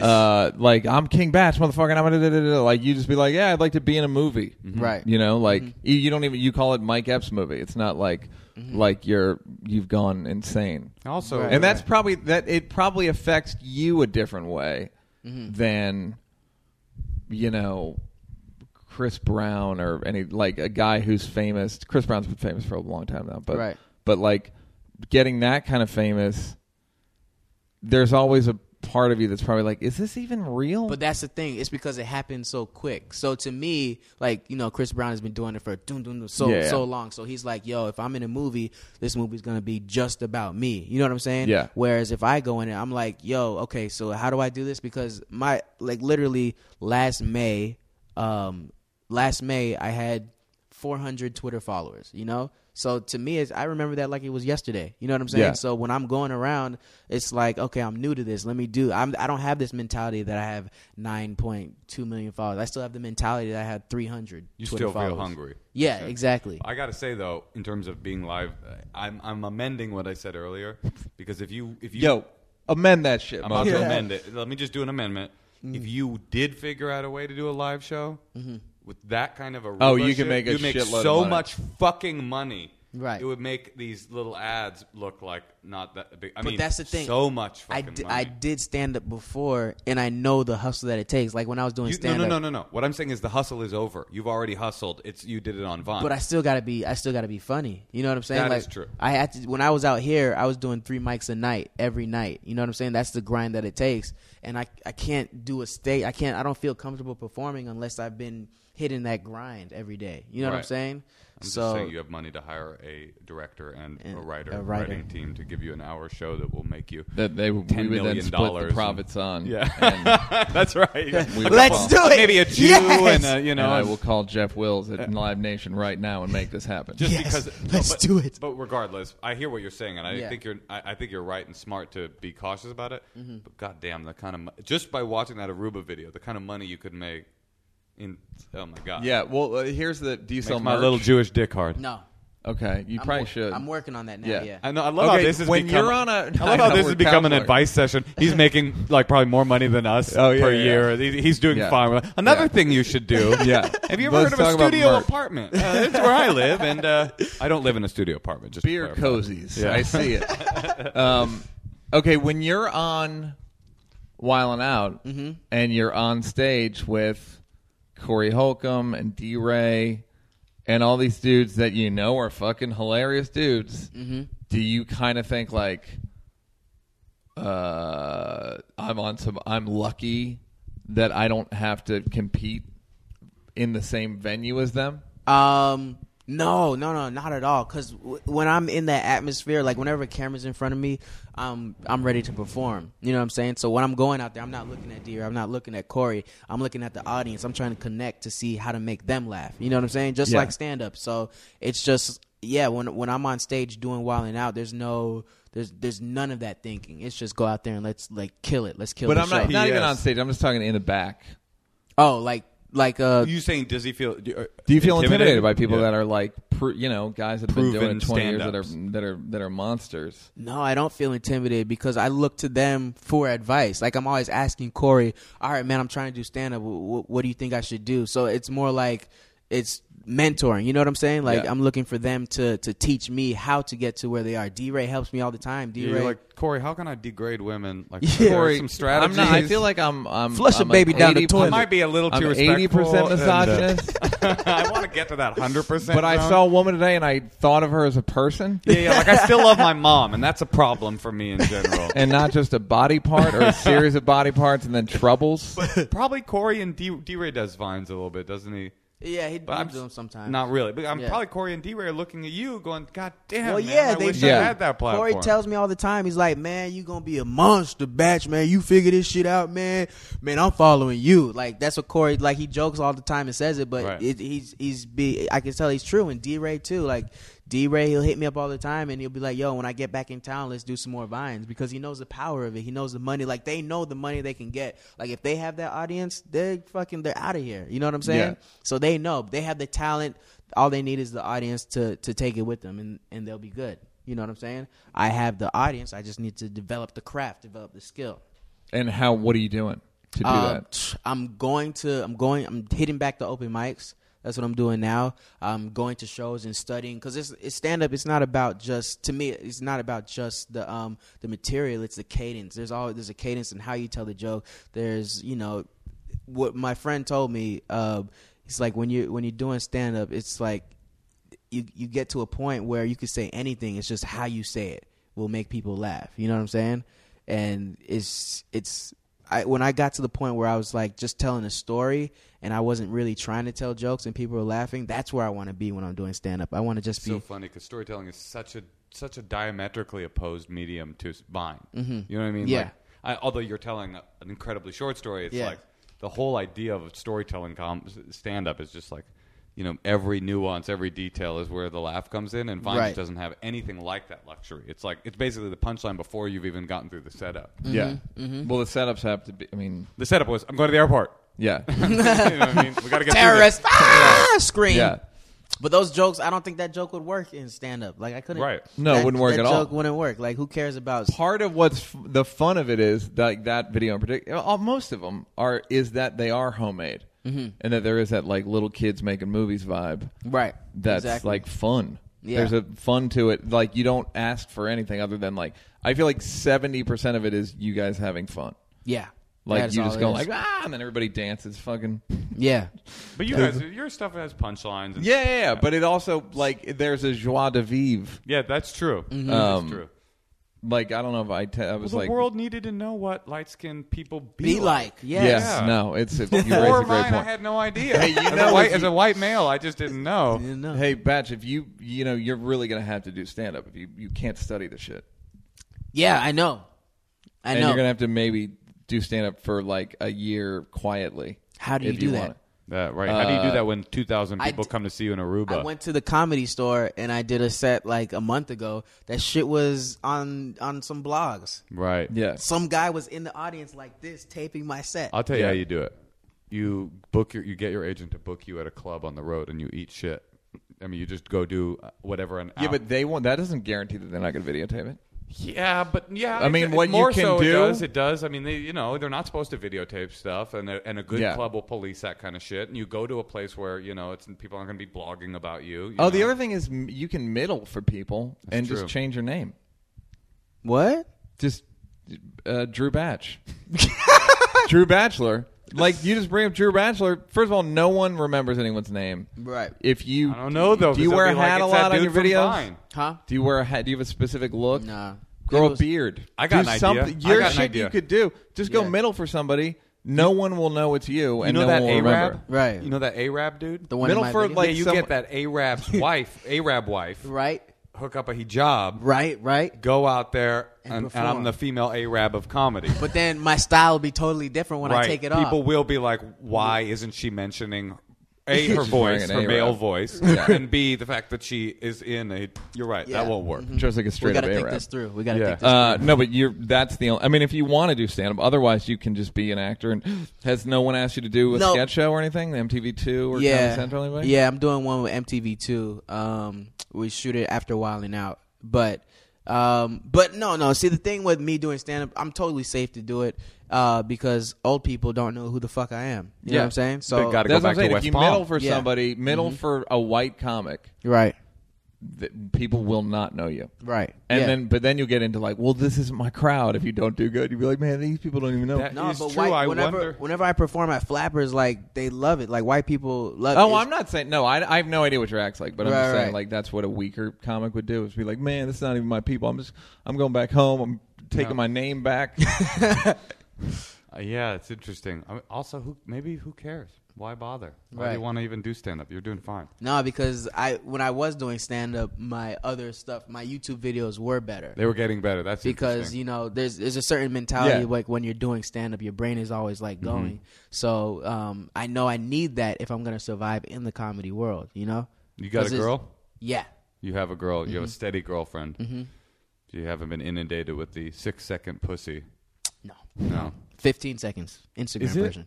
S3: uh, like I'm King Batch, motherfucker. And I'm da- da- da- da. like you just be like, yeah, I'd like to be in a movie,
S1: Right.
S3: You know, like
S1: Mm-hmm.
S3: you, you don't even you call it Mike Epps movie. It's not like like you're you've gone insane.
S2: also,
S1: Right.
S3: And that's probably that it probably affects you a different way
S1: Mm-hmm.
S3: than you know Chris Brown or any like a guy who's famous. Chris Brown's been famous for a long time now, but
S1: Right.
S3: but like getting that kind of famous there's always a part of you that's probably like is this even real?
S1: But that's the thing. It's because it happened so quick. So to me, like you know, Chris Brown has been doing it for dun, dun, dun, so
S3: Yeah.
S1: so long. So he's like, yo, if I'm in a movie, this movie's gonna be just about me. You know what I'm saying?
S3: Yeah.
S1: Whereas if I go in it, I'm like, yo, okay, so how do I do this? Because my like literally last May, um, last May I had 400 Twitter followers. You know. So to me, it's, I remember that like it was yesterday. You know what I'm saying?
S3: Yeah.
S1: So when I'm going around, it's like, okay, I'm new to this. Let me do. I'm. I don't have this mentality that I have 9.2 million followers. I still have the mentality that I had 300.
S2: you
S1: Twitter
S2: still feel
S1: followers.
S2: hungry.
S1: Yeah, exactly.
S2: I gotta say though, in terms of being live, uh, I'm I'm amending what I said earlier because if you if you
S3: Yo, amend that shit.
S2: I'm about
S3: motherfucker.
S2: to amend it. Let me just do an amendment. If you did figure out a way to do a live show with that kind of a
S3: Oh, you can
S2: shit,
S3: make a
S2: you'd make
S3: shitload of
S2: so
S3: money.
S2: much fucking money.
S1: Right.
S2: It would make these little ads look like not that big. I
S1: but
S2: mean,
S1: that's the thing.
S2: So much
S1: I
S2: fucking
S1: di-
S2: money.
S1: I did stand up before, and I know the hustle that it takes. Like when I was doing
S2: You- no,
S1: stand
S2: no,
S1: up,
S2: no, no, no. What I'm saying is the hustle is over. You've already hustled. It's you did it on Vine.
S1: but I still gotta be. I still gotta be funny. You know what I'm saying?
S2: That
S1: like
S2: is true.
S1: I had to when I was out here. I was doing three mics a night every night. You know what I'm saying? That's the grind that it takes. And I I can't do a state. I can't. I don't feel comfortable performing unless I've been hitting that grind every day. You know what I'm
S2: Right.
S1: saying?
S2: I'm
S1: so
S2: just saying you have money to hire a director and, a writer,
S1: a writer.
S2: writing team to give you an hour show that will make you
S3: That they we would
S2: $10
S3: then
S2: million
S3: split the
S2: and-
S3: profits on.
S2: Yeah.
S3: And,
S2: That's right.
S3: we would
S1: let's
S3: fall.
S1: do it.
S2: Maybe a Jew
S1: Yes!
S2: and a, you know
S3: and I
S2: a-
S3: will call Jeff Wills at Live Nation right now and make this happen.
S2: just
S1: Yes,
S2: because
S1: let's
S2: but,
S1: do it.
S2: But regardless, I hear what you're saying, and I
S1: Yeah.
S2: think you're I, I think you're right and smart to be cautious about it.
S1: Mm-hmm.
S2: But goddamn, the kind of mo- just by watching that Aruba video, the kind of money you could make in oh my god,
S3: Yeah, well, uh, here's the do you sell
S2: Makes my
S3: merch?
S2: little Jewish dick hard.
S1: no.
S3: Okay, you
S1: I'm
S3: probably
S1: wor-
S3: should.
S1: I'm working on that now.
S3: Yeah.
S1: Yeah.
S2: I know. I love
S3: Okay,
S2: how this is
S3: when
S2: become,
S3: you're on a-
S2: I
S3: I
S2: love how
S3: know,
S2: this
S3: we're
S2: has become an
S3: counseling.
S2: advice session. He's making like probably more money than us
S3: Oh, yeah,
S2: per
S3: yeah.
S2: year. He- He's doing
S3: Yeah.
S2: fine. Another
S3: Yeah.
S2: thing you should do.
S3: Yeah.
S2: Have you ever
S3: Let's
S2: heard of a
S3: talk about
S2: studio
S3: merch.
S2: apartment? Uh, that's where I live, and uh, I don't live in a studio apartment. Just to
S3: beer
S2: clarify.
S3: cozies.
S2: Yeah.
S3: I see it. um, okay, when you're on Wiling Out and you're on stage with Corey Holcomb and D Ray and all these dudes that you know are fucking hilarious dudes, do you kind of think like, uh, I'm on some, I'm lucky that I don't have to compete in the same venue as them?
S1: Um, no, no, no, not at all. Because w- when I'm in that atmosphere, like whenever a camera's in front of me, um, I'm ready to perform. You know what I'm saying? So when I'm going out there, I'm not looking at Deer, I'm not looking at Corey, I'm looking at the audience. I'm trying to connect to see how to make them laugh. You know what I'm saying? Just
S3: Yeah.
S1: like stand up. So it's just yeah. When when I'm on stage doing Wilding Out, there's no. There's there's none of that thinking. It's just go out there and let's like kill it. Let's kill.
S3: But
S1: the
S3: I'm not,
S1: show.
S3: not even
S2: P.S.
S3: on stage. I'm just talking in the back.
S1: Oh, like like uh
S2: You saying does he feel? Do, uh,
S3: Do you feel intimidated, by people
S2: Yeah.
S3: that are like, pr- you know, guys that have been doing
S2: Proven
S3: it twenty years that are
S2: stand-ups.
S3: that are that are monsters?
S1: No, I don't feel intimidated because I look to them for advice. Like I'm always asking Corey, "All right, man, I'm trying to do stand up. What, what do you think I should do?" So it's more like it's mentoring. You know what I'm saying? Like
S3: Yeah.
S1: I'm looking for them to to teach me how to get to where they are. D Ray helps me all the time. D
S2: You're
S1: Ray,
S2: like Corey. How can I degrade women? Like
S1: Yeah.
S2: Corey,
S3: Corey,
S2: some strategies.
S3: I'm not, I feel like I'm. I'm
S1: Flush a
S3: I'm
S1: baby down the
S3: 80%
S1: toilet.
S2: I might be a little too
S3: I'm
S2: respectful.
S3: percent
S2: and, uh,
S3: misogynist,
S2: I want to get to that hundred percent.
S3: but I saw a woman today and I thought of her as a person
S2: Yeah, yeah. Like I still love my mom, and that's a problem for me in general.
S3: and not just a body part or a series of body parts and then troubles.
S2: probably Corey and D. D. Ray does vines a little bit, doesn't he?
S1: yeah, he
S2: But I'm
S1: does them sometimes.
S2: Not really, but I'm
S1: Yeah.
S2: probably Corey and D. Ray are looking at you, going, "God damn,
S1: Well,
S2: man,
S1: yeah,
S2: I
S1: they
S2: wish I
S3: Yeah.
S2: had that platform."
S1: Corey tells me all the time. He's like, "Man, you gonna be a monster batch, man. You figure this shit out, man. Man, I'm following you." Like that's what Corey like. He jokes all the time and says it, but
S2: Right.
S1: it, he's he's be. I can tell he's true. And D Ray too. Like D Ray, he'll hit me up all the time, and he'll be like, "Yo, when I get back in town, let's do some more vines," because he knows the power of it. He knows the money. Like they know the money they can get. Like if they have that audience, they fucking they're out of here. You know what I'm saying?
S3: Yeah.
S1: So they know they have the talent. All they need is the audience to to take it with them, and and they'll be good. You know what I'm saying? I have the audience. I just need to develop the craft, develop the skill.
S3: And how? What are you doing to do
S1: Uh,
S3: that?
S1: tch, I'm going to. I'm going. I'm hitting back the open mics. That's what I'm doing now. I'm going to shows and studying because it's, it's stand up. It's not about just to me. It's not about just the um the material. It's the cadence. There's all there's a cadence in how you tell the joke. There's you know what my friend told me. Uh, it's like when you when you're doing stand up, it's like you you get to a point where you can say anything. It's just how you say it will make people laugh. You know what I'm saying? And it's it's I when I got to the point where I was like just telling a story and I wasn't really trying to tell jokes and people were laughing. That's where I want to be when I'm doing stand up. I want to just be
S2: so funny because storytelling is such a such a diametrically opposed medium to s- mine. Mm-hmm. You know what I mean?
S1: Yeah.
S2: Like, I, although you're telling a- an incredibly short story, it's
S1: Yeah.
S2: like the whole idea of storytelling com- stand up is just like you know every nuance, every detail is where the laugh comes in, and Vines
S1: Right.
S2: doesn't have anything like that luxury. It's like it's basically the punchline before you've even gotten through the setup.
S3: Yeah.
S2: mm-hmm.
S3: Well, the setups have to be. I mean,
S2: The setup was I'm going to the airport.
S3: yeah,
S2: You know what I mean? We got to get through this.
S1: terrorist ah! scream.
S3: yeah.
S1: But those jokes, I don't think that joke would work in stand up. Like I couldn't.
S2: Right.
S3: No, it
S1: that-
S3: wouldn't work
S1: that
S3: at all.
S1: Joke wouldn't work. Like who cares about?
S3: part of what's f- the fun of it is like that video in particular all, most of them are is that they are homemade and that there is that like little kids making movies vibe
S1: Mm-hmm. Right.
S3: that's
S1: Exactly.
S3: like fun
S1: Yeah.
S3: there's a fun to it like you don't ask for anything other than like i feel like 70% of it is you guys having fun
S1: Yeah.
S3: like
S1: That's
S3: you
S1: all
S3: just
S1: it
S3: go
S1: is.
S3: like ah and then everybody dances fucking
S1: yeah.
S2: But you guys, your stuff has punchlines. and-
S3: yeah, yeah, yeah. but it also like there's a joie de vivre
S2: yeah, that's true. that's
S3: Um,
S2: true.
S3: like i don't know if i, te- I was
S2: Mm-hmm. the
S3: like
S2: world needed to know what light skinned people be,
S1: Be like. Yes.
S3: yes
S2: Yeah.
S3: no it's it, you raise a
S2: Or
S3: great
S2: mine, I
S3: point
S2: had no idea.
S3: Hey, you
S2: as, a
S3: know
S2: white,
S3: if
S2: as
S3: you-
S2: a white male, I just didn't know.
S1: You know.
S3: Hey, Batch, if you you know you're really gonna have to do stand up if you you can't study the shit,
S1: Yeah, I know. I
S3: and
S1: know.
S3: you're gonna have to maybe do stand up for like a year quietly.
S1: How do you
S3: if
S1: do that?
S3: want it.
S2: That, Uh, right? How do you do
S3: Uh,
S2: that when two thousand
S1: I
S2: people
S1: d-
S2: come to see you in Aruba?
S1: I went to the comedy store and I did a set like a month ago. That shit was on on some blogs.
S2: right?
S3: Yeah,
S1: Some guy was in the audience like this taping my set.
S2: I'll tell you
S3: Yeah.
S2: how you do it. You book your, you get your agent to book you at a club on the road, and you eat shit. I mean, you just go do uh, whatever. An
S3: yeah,
S2: hour-
S3: but they won't. That doesn't guarantee that they're not gonna videotape it.
S2: Yeah, but yeah.
S3: I mean,
S2: it-
S3: what you
S2: more
S3: can
S2: so it
S3: do-
S2: does it does. I mean, they you know they're not supposed to videotape stuff, and a- and a good
S3: Yeah.
S2: club will police that kind of shit. And you go to a place where you know it's people aren't going to be blogging about you. you
S3: Oh, the
S2: know?
S3: other thing is m- you can middle for people and
S2: true.
S3: just change your name.
S1: what?
S3: Just uh, Drew Batch, Drew Bachelor. Like you just bring up Drew Bachelor. First of all, no one remembers anyone's name.
S1: Right.
S3: If you,
S2: I don't know though.
S3: Do you
S2: 'cause
S3: wear a
S2: they'll be like,
S3: hat a
S2: "It's that
S3: lot on your
S2: dude from
S3: videos?
S2: Vine."
S1: Huh?
S3: Do you wear a hat? Do you have a specific look?
S1: Nah.
S3: Grow
S1: It
S3: a
S1: was-
S3: beard.
S2: I got
S3: do
S2: an idea.
S3: something.
S2: I
S3: Your
S2: got an
S3: shit
S2: idea.
S3: you could do. Just go
S1: Yeah.
S3: middle for somebody. No one will know it's you,
S2: You
S3: and
S2: know
S3: no
S2: that
S3: one will
S2: Arab,
S3: remember.
S1: Right.
S2: You know that Arab dude.
S1: The one
S3: Middle
S1: in my
S3: for,
S1: video?
S2: yeah,
S3: like,
S2: you
S3: some-
S2: get that Arab's wife, Arab wife,
S1: right,
S2: hook up a hijab,
S1: right, right.
S2: go out there, and,
S1: And
S2: and
S1: perform.
S2: I'm the female Arab of comedy.
S1: But then my style will be totally different when
S2: right.
S1: I take it
S2: People
S1: off.
S2: will be like, "Why isn't she mentioning?" A her
S3: She's wearing
S2: voice,
S3: an
S2: her male
S3: Arab.
S2: voice, and B the fact that she is in a. You're right,
S1: Yeah. Mm-hmm.
S2: that won't work.
S3: Just like a
S1: We
S3: straight up
S1: gotta think
S3: Arab.
S1: this through. We gotta
S2: Yeah.
S1: think this
S3: Uh, no, but you're. That's the. Only, I mean, if you want to do stand up, otherwise you can just be an actor. And has no one asked you to do a
S1: No.
S3: sketch show or anything? The MTV Two or Comedy Central? Anyway?
S1: Yeah, I'm doing one with MTV too. Um, we shoot it after Wilding Out, but Um, but no, no. See, the thing with me doing stand up, I'm totally safe to do it uh, because old people don't know who the fuck I am. You know what
S3: Yeah.
S1: I'm saying?
S2: They
S1: So
S2: gotta go
S3: That's what
S2: back
S3: I'm
S2: to
S3: saying.
S2: West
S3: if you
S2: Palm.
S3: middle for
S1: Yeah. Mm-hmm.
S3: somebody, middle for a white comic,
S1: right,
S3: th- people will not know you.
S1: right,
S3: And
S1: Yeah.
S3: then, but then you'll get into like, well, this isn't my crowd. If you don't do good, you'll be like, man, these people don't even know.
S2: That-
S1: No,
S2: It's
S1: but
S2: true,
S1: white,
S2: I
S1: whenever
S2: wonder-
S1: whenever I perform at Flappers, like they love it. Like white people love.
S3: oh,
S1: it.
S3: I'm not saying no. I, I have no idea what your act's like, but I'm
S1: Right,
S3: just saying
S1: right.
S3: like that's what a weaker comic would do is be like, man, this is not even my people. I'm just I'm going back home. I'm taking my name back.
S2: Uh, yeah, it's interesting. I mean, also, who maybe who cares? Why bother? Why do you
S1: Right.
S2: want to even do stand up? You're doing fine.
S1: No, because I when I was doing stand up, my other stuff, my YouTube videos were better.
S2: They were getting better. That's
S1: because
S2: interesting.
S1: you know there's there's a certain mentality
S3: Yeah. Mm-hmm.
S1: like when you're doing stand up your brain is always like going so um i know i need that if i'm gonna survive in the comedy world you Mm-hmm. know
S2: You got a
S1: 'Cause it's-
S2: girl?
S1: yeah
S2: You have a girl. You have a steady girlfriend.
S1: Mm-hmm.
S2: You haven't been inundated with the six second pussy.
S1: no
S2: No.
S1: 15 seconds instagram
S2: Is it?
S1: version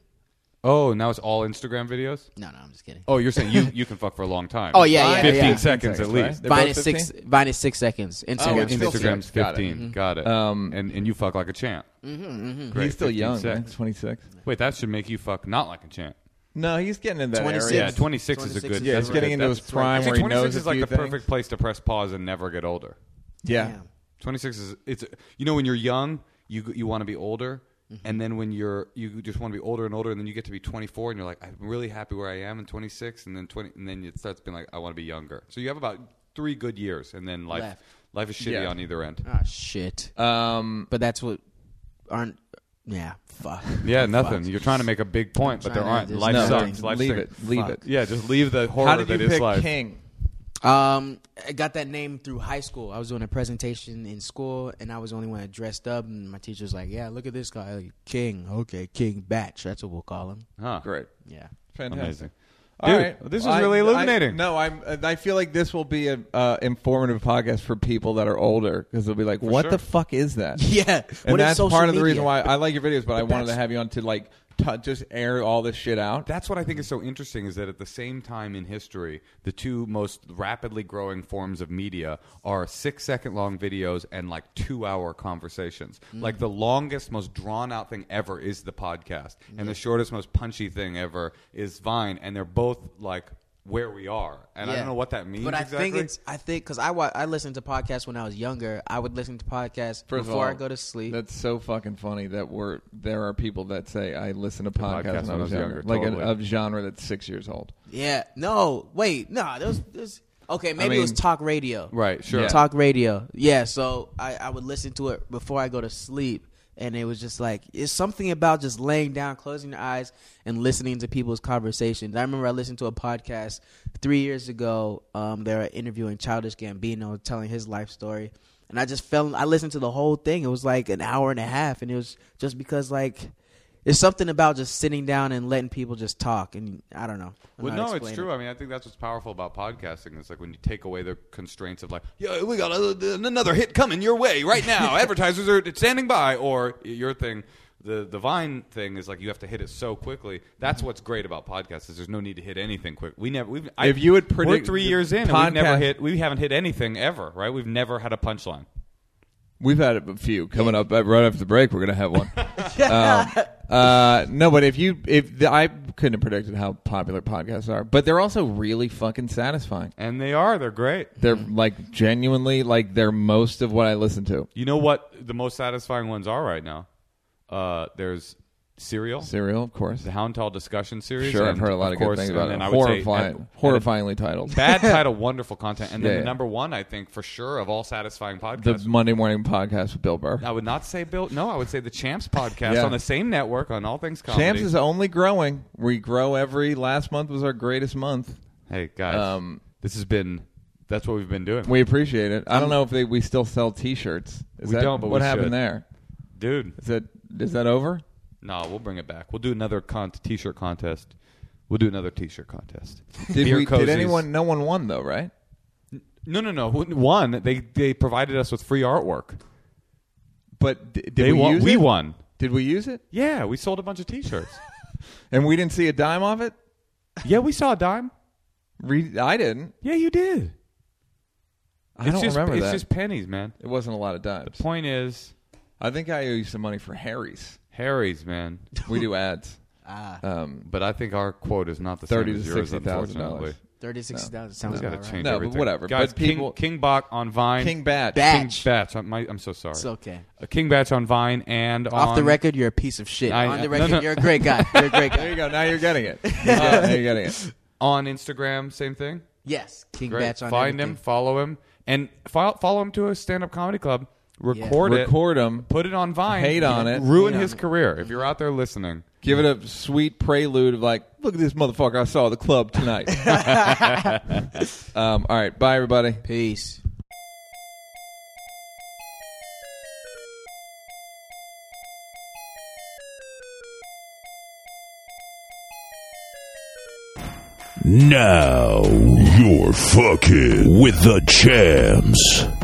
S2: Oh, now it's all Instagram videos.
S1: no no i'm just kidding
S2: Oh, you're saying you you can fuck for a long time.
S1: Oh, yeah, yeah,
S2: 15
S1: yeah.
S2: seconds at least.
S3: They're
S1: Vine
S3: both
S1: is six.
S3: 15?
S1: Vine is six seconds.
S3: Oh,
S1: Instagram.
S3: it's still
S1: Instagram.
S2: Instagram's
S3: six. Got it.
S2: 15. Got it.
S3: Um,
S2: and and you fuck like a champ. Great,
S3: He's still
S2: 15
S3: young,
S2: seconds.
S3: man. He's 26.
S2: Wait, that should make you fuck not like a champ.
S3: No, he's getting in that
S1: 26.
S3: area.
S2: Yeah, 26 is a
S1: 26
S2: good.
S1: is Yeah,
S3: he's
S2: that's a
S3: getting
S2: good-
S3: into his
S2: that's-
S3: prime
S2: Actually,
S3: where he
S2: 26
S3: knows a
S2: is like
S3: few
S2: the
S3: things.
S2: perfect place to press pause and never get older.
S3: Yeah.
S1: Damn.
S2: 26 is it's you know when you're young, you you want to be older. And then when you're you just want to be older and older, and then you get to be 24, and you're like, I'm really happy where I am, and 26, and then 20, and then it starts being like, I want to be younger. So you have about three good years, and then life
S1: Left.
S2: life is shitty
S3: Yeah.
S2: on either end.
S1: Ah, shit.
S3: Um,
S1: But that's what aren't. Yeah. Fuck.
S2: Yeah, nothing. You're trying to make a big point, but there
S1: Trying
S2: aren't.
S1: to- there's
S2: Life
S1: no-
S2: sucks. Life
S3: leave
S2: stinks.
S3: it. Leave
S1: Fuck.
S3: it.
S2: Yeah, just leave the horror
S3: How did you
S2: that is
S3: pick
S2: life.
S3: King?
S1: Um, I got that name through high school. I was doing a presentation in school, and I was the only one that dressed up. And my teacher was like, "Yeah, look at this guy, like, King. Okay, King Batch. That's what we'll call him."
S2: Huh.
S3: Great.
S1: Yeah.
S3: Fantastic.
S2: Amazing.
S3: All
S2: Dude,
S3: right.
S2: this is
S3: I-
S2: really
S3: I-
S2: illuminating.
S3: no, I'm. I feel like this will be an uh, informative podcast for people that are older because they'll be like, "What
S2: sure.
S3: the fuck is that?"
S1: Yeah.
S3: and
S1: What is
S3: that's
S1: social
S3: part of the
S1: media?
S3: reason why I like your videos. But, I wanted to have you on to like t- just air all this shit out.
S2: That's what I think is so interesting is that at the same time in history, the two most rapidly growing forms of media are six second long videos and like two hour conversations.
S3: Mm.
S2: Like the longest, most drawn out thing ever is the podcast, and the shortest, most punchy thing ever is Vine, and they're both like where we are. And I
S1: Yeah.
S2: don't know what that means
S1: But I
S2: exactly.
S1: think it's I think because I wa- I listened to podcasts when I was younger. I would listen to podcasts
S3: First of
S1: before
S3: all,
S1: I go to sleep.
S3: That's so fucking funny that we're there are people that say I listen to podcasts
S2: podcasts
S3: when I was younger, like
S2: totally.
S3: a, a genre that's six years old.
S1: Yeah. No. Wait. No. There was, there was- okay. Maybe it was
S3: mean-
S1: talk radio.
S2: Right, sure. Yeah.
S1: Talk radio. Yeah. So I, I would listen to it before I go to sleep, and it was just like it's something about just laying down, closing your eyes, and listening to people's conversations. I remember I listened to a podcast three years ago. Um, they were interviewing Childish Gambino, telling his life story. And I just fell. I listened to the whole thing. It was like an hour and a half, and it was just because like it's something about just sitting down and letting people just talk. And I don't know. I'm
S2: Well,
S1: not
S2: no, it's
S1: explaining.
S2: true. I mean, I think that's what's powerful about podcasting. It's like when you take away the constraints of like, yeah, we got a, another hit coming your way right now. Advertisers are standing by, or your thing. The, the Vine thing is like you have to hit it so quickly. That's what's great about podcasts is there's no need to hit anything quick. We never we've I-
S3: If you had
S2: we're
S3: predict-
S2: three years in and we've never
S3: podcast-
S2: hit we haven't hit anything ever right. We've never had a punchline.
S3: We've had a few coming up uh, right after the break. We're gonna have one. Um, uh, no, but if you if the, I couldn't have predicted how popular podcasts are, but they're also really fucking satisfying.
S2: And they are they're great.
S3: They're
S1: Mm-hmm.
S3: like genuinely like they're most of what I listen to.
S2: You know what the most satisfying ones are right now? Uh, there's serial.
S3: Serial, of course.
S2: the Houndtall discussion series.
S3: Sure, I've
S2: and,
S3: heard a lot of, good
S2: course,
S3: things about
S2: and
S3: it.
S2: then I would say-
S3: Horrifying,
S2: and-
S3: horrifyingly titled.
S2: Bad title, wonderful content, and then
S3: Yeah,
S2: the
S3: yeah.
S2: number one, I think, for sure, of all satisfying
S3: the
S2: podcasts.
S3: Monday morning podcast with Bill Burr.
S2: I would not say Bill. No, I would say the Champs podcast
S3: Yeah.
S2: on the same network on all things comedy.
S3: Champs is only growing. We grow every. Last month was our greatest month.
S2: hey guys,
S3: Um,
S2: this has been. That's what we've been doing,
S3: We appreciate it. I don't know if they, we still sell T-shirts. Is
S2: We
S3: that-
S2: don't, but
S3: what
S2: we
S3: happened
S2: should.
S3: there?
S2: dude.
S3: Is that is that over?
S2: No, we'll bring it back. We'll do another con- t-shirt contest. We'll do another t-shirt contest.
S3: Did,
S2: Beer
S3: we,
S2: cozies.
S3: did anyone? No one won though, right?
S2: No, no, no. One, they they provided us with free artwork.
S3: But d- did
S2: They
S3: we
S2: won.
S3: use
S2: we
S3: it?
S2: won.
S3: Did we use it?
S2: Yeah, we sold a bunch of t-shirts.
S3: And we didn't see a dime of it.
S2: yeah, we saw a dime.
S3: Re- I didn't.
S2: Yeah, you did.
S3: I don't
S2: just,
S3: remember
S2: It's
S3: that.
S2: just pennies, man.
S3: it wasn't a lot of dimes.
S2: Point is,
S3: I think I owe you some money for Harry's.
S2: Harry's, man.
S3: We do ads.
S2: But I think our quote is not the
S3: Thirty
S2: same
S3: to
S2: as yours,
S3: sixty thousand
S2: unfortunately.
S3: dollars.
S1: Thirty six thousand
S2: He's
S1: sounds
S2: got
S1: about
S2: to
S1: right.
S2: change
S3: No, but
S2: everything.
S3: whatever.
S2: Guys,
S3: But
S2: King,
S3: people-
S2: King Bach on Vine.
S3: King Bat.
S1: Bat.
S2: King
S1: Batch.
S2: Batch. I'm, my, I'm so sorry.
S1: It's okay.
S2: Uh, King Batch on Vine and
S1: Off the
S2: on-
S1: record, you're a piece of shit.
S2: I-
S1: On the
S2: no,
S1: record,
S2: no.
S1: you're a great guy. You're a great
S3: There
S1: guy.
S3: you go. Now you're getting it. Uh, now you're getting it.
S2: on Instagram. Same thing.
S1: yes, King
S2: Great.
S1: Batch on
S2: Find him,
S1: everything.
S2: follow him, and fo- follow him to a stand-up comedy club. Record it,
S3: Record him.
S2: put it on Vine,
S3: Hate on it.
S2: ruin
S1: Hate on
S2: his
S1: it.
S2: career. If you're out there listening,
S3: Give it a sweet prelude of like, look at this motherfucker I saw at the club tonight. um, all right, bye everybody.
S1: Peace.
S4: Now you're fucking with the champs.